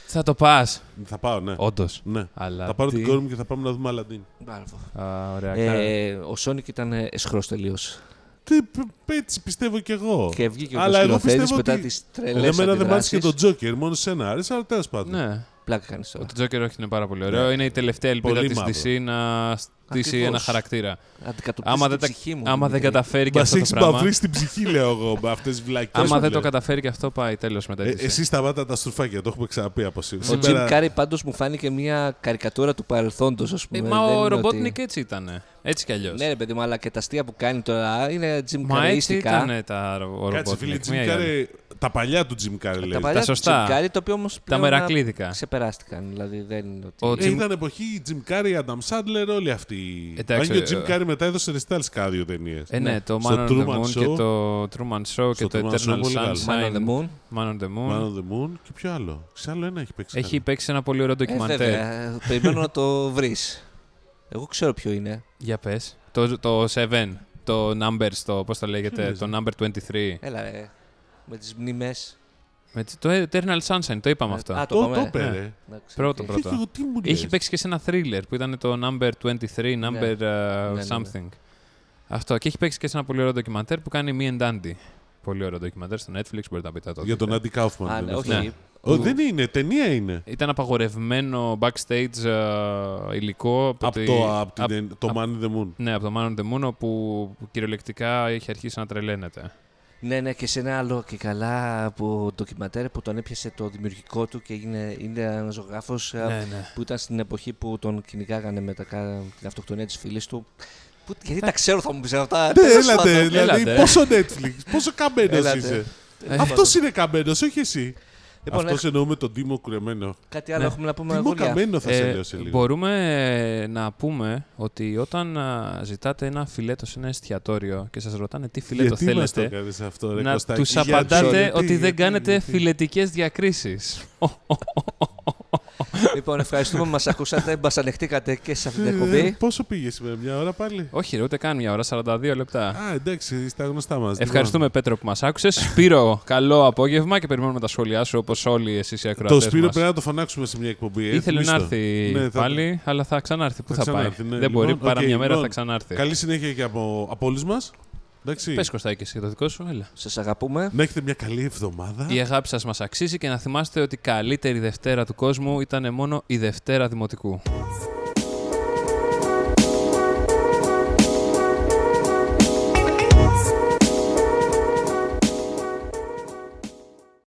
[SPEAKER 2] Θα το πας.
[SPEAKER 3] Θα πάω, ναι.
[SPEAKER 2] Όντως.
[SPEAKER 3] Ναι.
[SPEAKER 2] Αλλά
[SPEAKER 3] Θα πάρω
[SPEAKER 2] τι-
[SPEAKER 3] την κόρη μου και θα πάμε να δούμε Aladdin.
[SPEAKER 1] Μπράβο.
[SPEAKER 2] Α, ωραία. καλά.
[SPEAKER 1] Ε, ο Sonic ήταν ε, εσχρός τελείως.
[SPEAKER 3] Τι, π- έτσι πιστεύω κι εγώ.
[SPEAKER 1] Και βγήκε ο
[SPEAKER 3] Αλλά εγώ
[SPEAKER 1] σκηνοθέτης
[SPEAKER 3] πιστεύω
[SPEAKER 1] μετά
[SPEAKER 3] ότι-
[SPEAKER 1] τις τρελές
[SPEAKER 3] Εμένα δεν μ' άρεσε
[SPEAKER 1] αντιδράσεις.
[SPEAKER 3] και τον Τζόκερ, μόνο σένα άρεσε, αλλά τέλος πάντων.
[SPEAKER 2] Ναι.
[SPEAKER 1] Πλάκα κάνεις τώρα.
[SPEAKER 2] Το Joker όχι είναι πάρα πολύ ωραίο. Είναι η τελευταία ελπίδα
[SPEAKER 3] Ναι. Πολύ
[SPEAKER 2] της
[SPEAKER 3] μαύρο.
[SPEAKER 2] DC να στήσει
[SPEAKER 1] Ακριβώς.
[SPEAKER 2] ένα χαρακτήρα.
[SPEAKER 1] Αντικατοπτρίζει την
[SPEAKER 2] Άμα δεν, τα-
[SPEAKER 1] ψυχή μου. δηλαδή.
[SPEAKER 2] άμα δεν
[SPEAKER 1] Δημήτρη.
[SPEAKER 2] καταφέρει και
[SPEAKER 3] Μας
[SPEAKER 2] αυτό το
[SPEAKER 3] έχεις
[SPEAKER 2] πράγμα.
[SPEAKER 3] μπαυρίσει την ψυχή, λέω εγώ, με αυτές τις βλακές.
[SPEAKER 2] Άμα δεν το καταφέρει και αυτό πάει τέλος μετά.
[SPEAKER 3] Ε,
[SPEAKER 2] η DC.
[SPEAKER 3] εσύ σταμάτα τα στουρφάκια, το έχουμε ξαναπεί από σήμερα.
[SPEAKER 1] Ο Jim Carrey πάντως μου φάνηκε μια καρικατούρα του παρελθόντος, ας
[SPEAKER 2] Ε,
[SPEAKER 1] πούμε.
[SPEAKER 2] Μα
[SPEAKER 1] Ναι, Δεν
[SPEAKER 2] ο
[SPEAKER 1] είναι ότι-
[SPEAKER 2] Ρομπότνικ έτσι ήταν. Έτσι κι αλλιώς.
[SPEAKER 1] Ναι, ρε παιδί μου, αλλά και τα αστεία που κάνει τώρα είναι Jim
[SPEAKER 2] Μα έτσι
[SPEAKER 1] Carreyιστικά.
[SPEAKER 2] ήταν τα ρο- ο
[SPEAKER 3] Κάτσε, φίλε,
[SPEAKER 2] Ρομπότνικ.
[SPEAKER 3] Jim
[SPEAKER 2] μία ή άλλη.
[SPEAKER 3] Carrey- τα παλιά του Jim Carrey λέει.
[SPEAKER 1] Τα παλιά
[SPEAKER 2] τα σωστά.
[SPEAKER 1] Jim Carrey, το οποίο όμως.
[SPEAKER 2] Τα μερακλίδικα.
[SPEAKER 1] Ξεπεράστηκαν. Δηλαδή δεν είναι ότι.
[SPEAKER 2] Ο
[SPEAKER 3] Ε,
[SPEAKER 2] Jim-
[SPEAKER 3] ήταν εποχή Jim Carrey, Adam Sandler, όλοι αυτοί.
[SPEAKER 2] Εντάξει,
[SPEAKER 3] Αν και ο Jim
[SPEAKER 2] ε,
[SPEAKER 3] Carrey μετά έδωσε ρεστάλ κάδιο ταινίες.
[SPEAKER 2] Ε, ναι, το
[SPEAKER 3] Στο
[SPEAKER 2] Man on the
[SPEAKER 3] Truman
[SPEAKER 2] Moon
[SPEAKER 3] Show.
[SPEAKER 2] και το Truman Show και
[SPEAKER 3] Στο
[SPEAKER 2] το
[SPEAKER 3] Truman Show Ε,
[SPEAKER 2] Eternal
[SPEAKER 3] πολύ καλό.
[SPEAKER 1] Man
[SPEAKER 2] Sunshine.
[SPEAKER 1] on the Moon.
[SPEAKER 2] Man on the Moon.
[SPEAKER 3] Man on the Moon και ποιο άλλο. Ξέρω ένα έχει παίξει.
[SPEAKER 2] Έχει
[SPEAKER 3] κάτι.
[SPEAKER 2] παίξει ένα πολύ ωραίο
[SPEAKER 1] Ε,
[SPEAKER 2] ντοκιμαντέρ.
[SPEAKER 1] βέβαια. Περιμένω να το βρεις. Εγώ ξέρω ποιο είναι.
[SPEAKER 2] Για πες. Το, το Seven, το Numbers, το, πώς το λέγεται,
[SPEAKER 3] λες,
[SPEAKER 2] το Number 23.
[SPEAKER 1] Έλα, ρε. Με τις μνήμες.
[SPEAKER 2] Με τσι- το Eternal Sunshine, το είπαμε αυτό.
[SPEAKER 1] Ε, Α,
[SPEAKER 3] Το,
[SPEAKER 1] το
[SPEAKER 3] το
[SPEAKER 1] πάμε.
[SPEAKER 3] πέρε.
[SPEAKER 2] Ναι.
[SPEAKER 1] Εντάξει,
[SPEAKER 2] Πρώτο,
[SPEAKER 1] οκ.
[SPEAKER 2] πρώτο.
[SPEAKER 3] Και εγώ τι μου λες.
[SPEAKER 2] Έχει παίξει και σε ένα thriller που ήταν το Number 23, Number uh,
[SPEAKER 1] ναι, ναι.
[SPEAKER 2] something. Αυτό. Και έχει παίξει και σε ένα πολύ ωραίο ντοκιμαντέρ που κάνει Me and Dandy. Πολύ ωραίο ντοκιμαντέρ στο Netflix, μπορείτε να πείτε το.
[SPEAKER 3] Για τον Άντι Κάουφμαν.
[SPEAKER 1] Α,
[SPEAKER 3] δεν
[SPEAKER 1] ναι,
[SPEAKER 3] είναι
[SPEAKER 1] όχι.
[SPEAKER 3] αυτό.
[SPEAKER 2] Ναι.
[SPEAKER 3] Ο, δεν είναι, ταινία είναι.
[SPEAKER 2] Ήταν απαγορευμένο backstage α, υλικό από,
[SPEAKER 3] Από
[SPEAKER 2] τη-
[SPEAKER 3] το, απ' την
[SPEAKER 2] απ-
[SPEAKER 3] εν- το Man in the Moon.
[SPEAKER 2] Ναι, από το Man on the Moon, όπου κυριολεκτικά είχε αρχίσει να τρελαίνεται.
[SPEAKER 1] Ναι, ναι, και σε ένα άλλο και καλά από ντοκιμαντέρ που τον έπιασε το δημιουργικό του και είναι, είναι ένα ζωγράφος
[SPEAKER 2] ναι.
[SPEAKER 1] που ήταν στην εποχή που τον κυνηγάγανε με τα, κα- την αυτοκτονία της φίλης του. Που, γιατί τα ξέρω, θα μου πεις αυτά.
[SPEAKER 3] Ναι,
[SPEAKER 1] Ε, Τέλος πάντων.
[SPEAKER 3] έλατε, δηλαδή
[SPEAKER 2] έλατε.
[SPEAKER 3] πόσο Netflix, πόσο καμπένος
[SPEAKER 1] Έλατε.
[SPEAKER 3] είσαι.
[SPEAKER 1] Τέλος
[SPEAKER 3] Αυτό
[SPEAKER 1] πάντων.
[SPEAKER 3] είναι καμπένος, όχι εσύ.
[SPEAKER 1] Λοιπόν, έχ-
[SPEAKER 3] Αυτό εννοούμε τον Τίμο Κουρεμένο.
[SPEAKER 1] Κάτι άλλο
[SPEAKER 2] Ναι.
[SPEAKER 1] έχουμε να πούμε.
[SPEAKER 3] Τίμο
[SPEAKER 1] αγόρια?
[SPEAKER 3] Καμένο
[SPEAKER 2] Ε,
[SPEAKER 3] θα σε λέω σε λίγο.
[SPEAKER 2] μπορούμε ε, να πούμε ότι όταν α, ζητάτε ένα φιλέτο σε ένα εστιατόριο και σας ρωτάνε τι φιλέτο
[SPEAKER 3] Γιατί μας το
[SPEAKER 2] θέλετε,
[SPEAKER 3] κάνεις αυτό, ρε
[SPEAKER 2] να
[SPEAKER 3] Κωστάκη,
[SPEAKER 2] τους
[SPEAKER 3] γιατί,
[SPEAKER 2] απαντάτε
[SPEAKER 3] γιατί,
[SPEAKER 2] ότι δεν
[SPEAKER 3] γιατί,
[SPEAKER 2] κάνετε
[SPEAKER 3] γιατί.
[SPEAKER 2] φιλετικές διακρίσεις.
[SPEAKER 1] Λοιπόν, ευχαριστούμε που μας ακούσατε. Μας ανεχτήκατε και σε αυτή την
[SPEAKER 3] Ε,
[SPEAKER 1] εκπομπή.
[SPEAKER 3] Πόσο πήγε σήμερα, μια ώρα πάλι.
[SPEAKER 2] Όχι ρε, ούτε καν μια ώρα, 42 λεπτά.
[SPEAKER 3] Α, εντάξει, στα γνωστά λοιπόν. μα.
[SPEAKER 2] Ευχαριστούμε Πέτρο που μας άκουσες. Σπύρο, καλό απόγευμα και περιμένουμε τα σχόλιά σου όπως όλοι εσείς οι
[SPEAKER 3] Το
[SPEAKER 2] ακροατές
[SPEAKER 3] Σπύρο
[SPEAKER 2] μας.
[SPEAKER 3] πρέπει να το φωνάξουμε σε μια εκπομπή. ε,
[SPEAKER 2] Ήθελε να
[SPEAKER 3] θυμίσου το.
[SPEAKER 2] έρθει
[SPEAKER 3] Ναι, θα-
[SPEAKER 2] πάλι, αλλά θα ξανάρθει. Πού
[SPEAKER 3] θα
[SPEAKER 2] θα, πάει.
[SPEAKER 3] ξανάρθει, ναι.
[SPEAKER 2] Δεν
[SPEAKER 3] Λοιπόν,
[SPEAKER 2] μπορεί, παρά
[SPEAKER 3] οκ,
[SPEAKER 2] μια μέρα
[SPEAKER 3] λοιπόν.
[SPEAKER 2] θα ξανάρθει.
[SPEAKER 3] Καλή συνέχεια και από, από όλους μας.
[SPEAKER 2] Πες Κωστάκη, εσύ το δικό σου, έλα.
[SPEAKER 1] Σας αγαπούμε.
[SPEAKER 3] Να έχετε μια καλή εβδομάδα.
[SPEAKER 2] Η αγάπη σας μας αξίζει και να θυμάστε ότι η καλύτερη Δευτέρα του κόσμου ήταν μόνο η Δευτέρα Δημοτικού.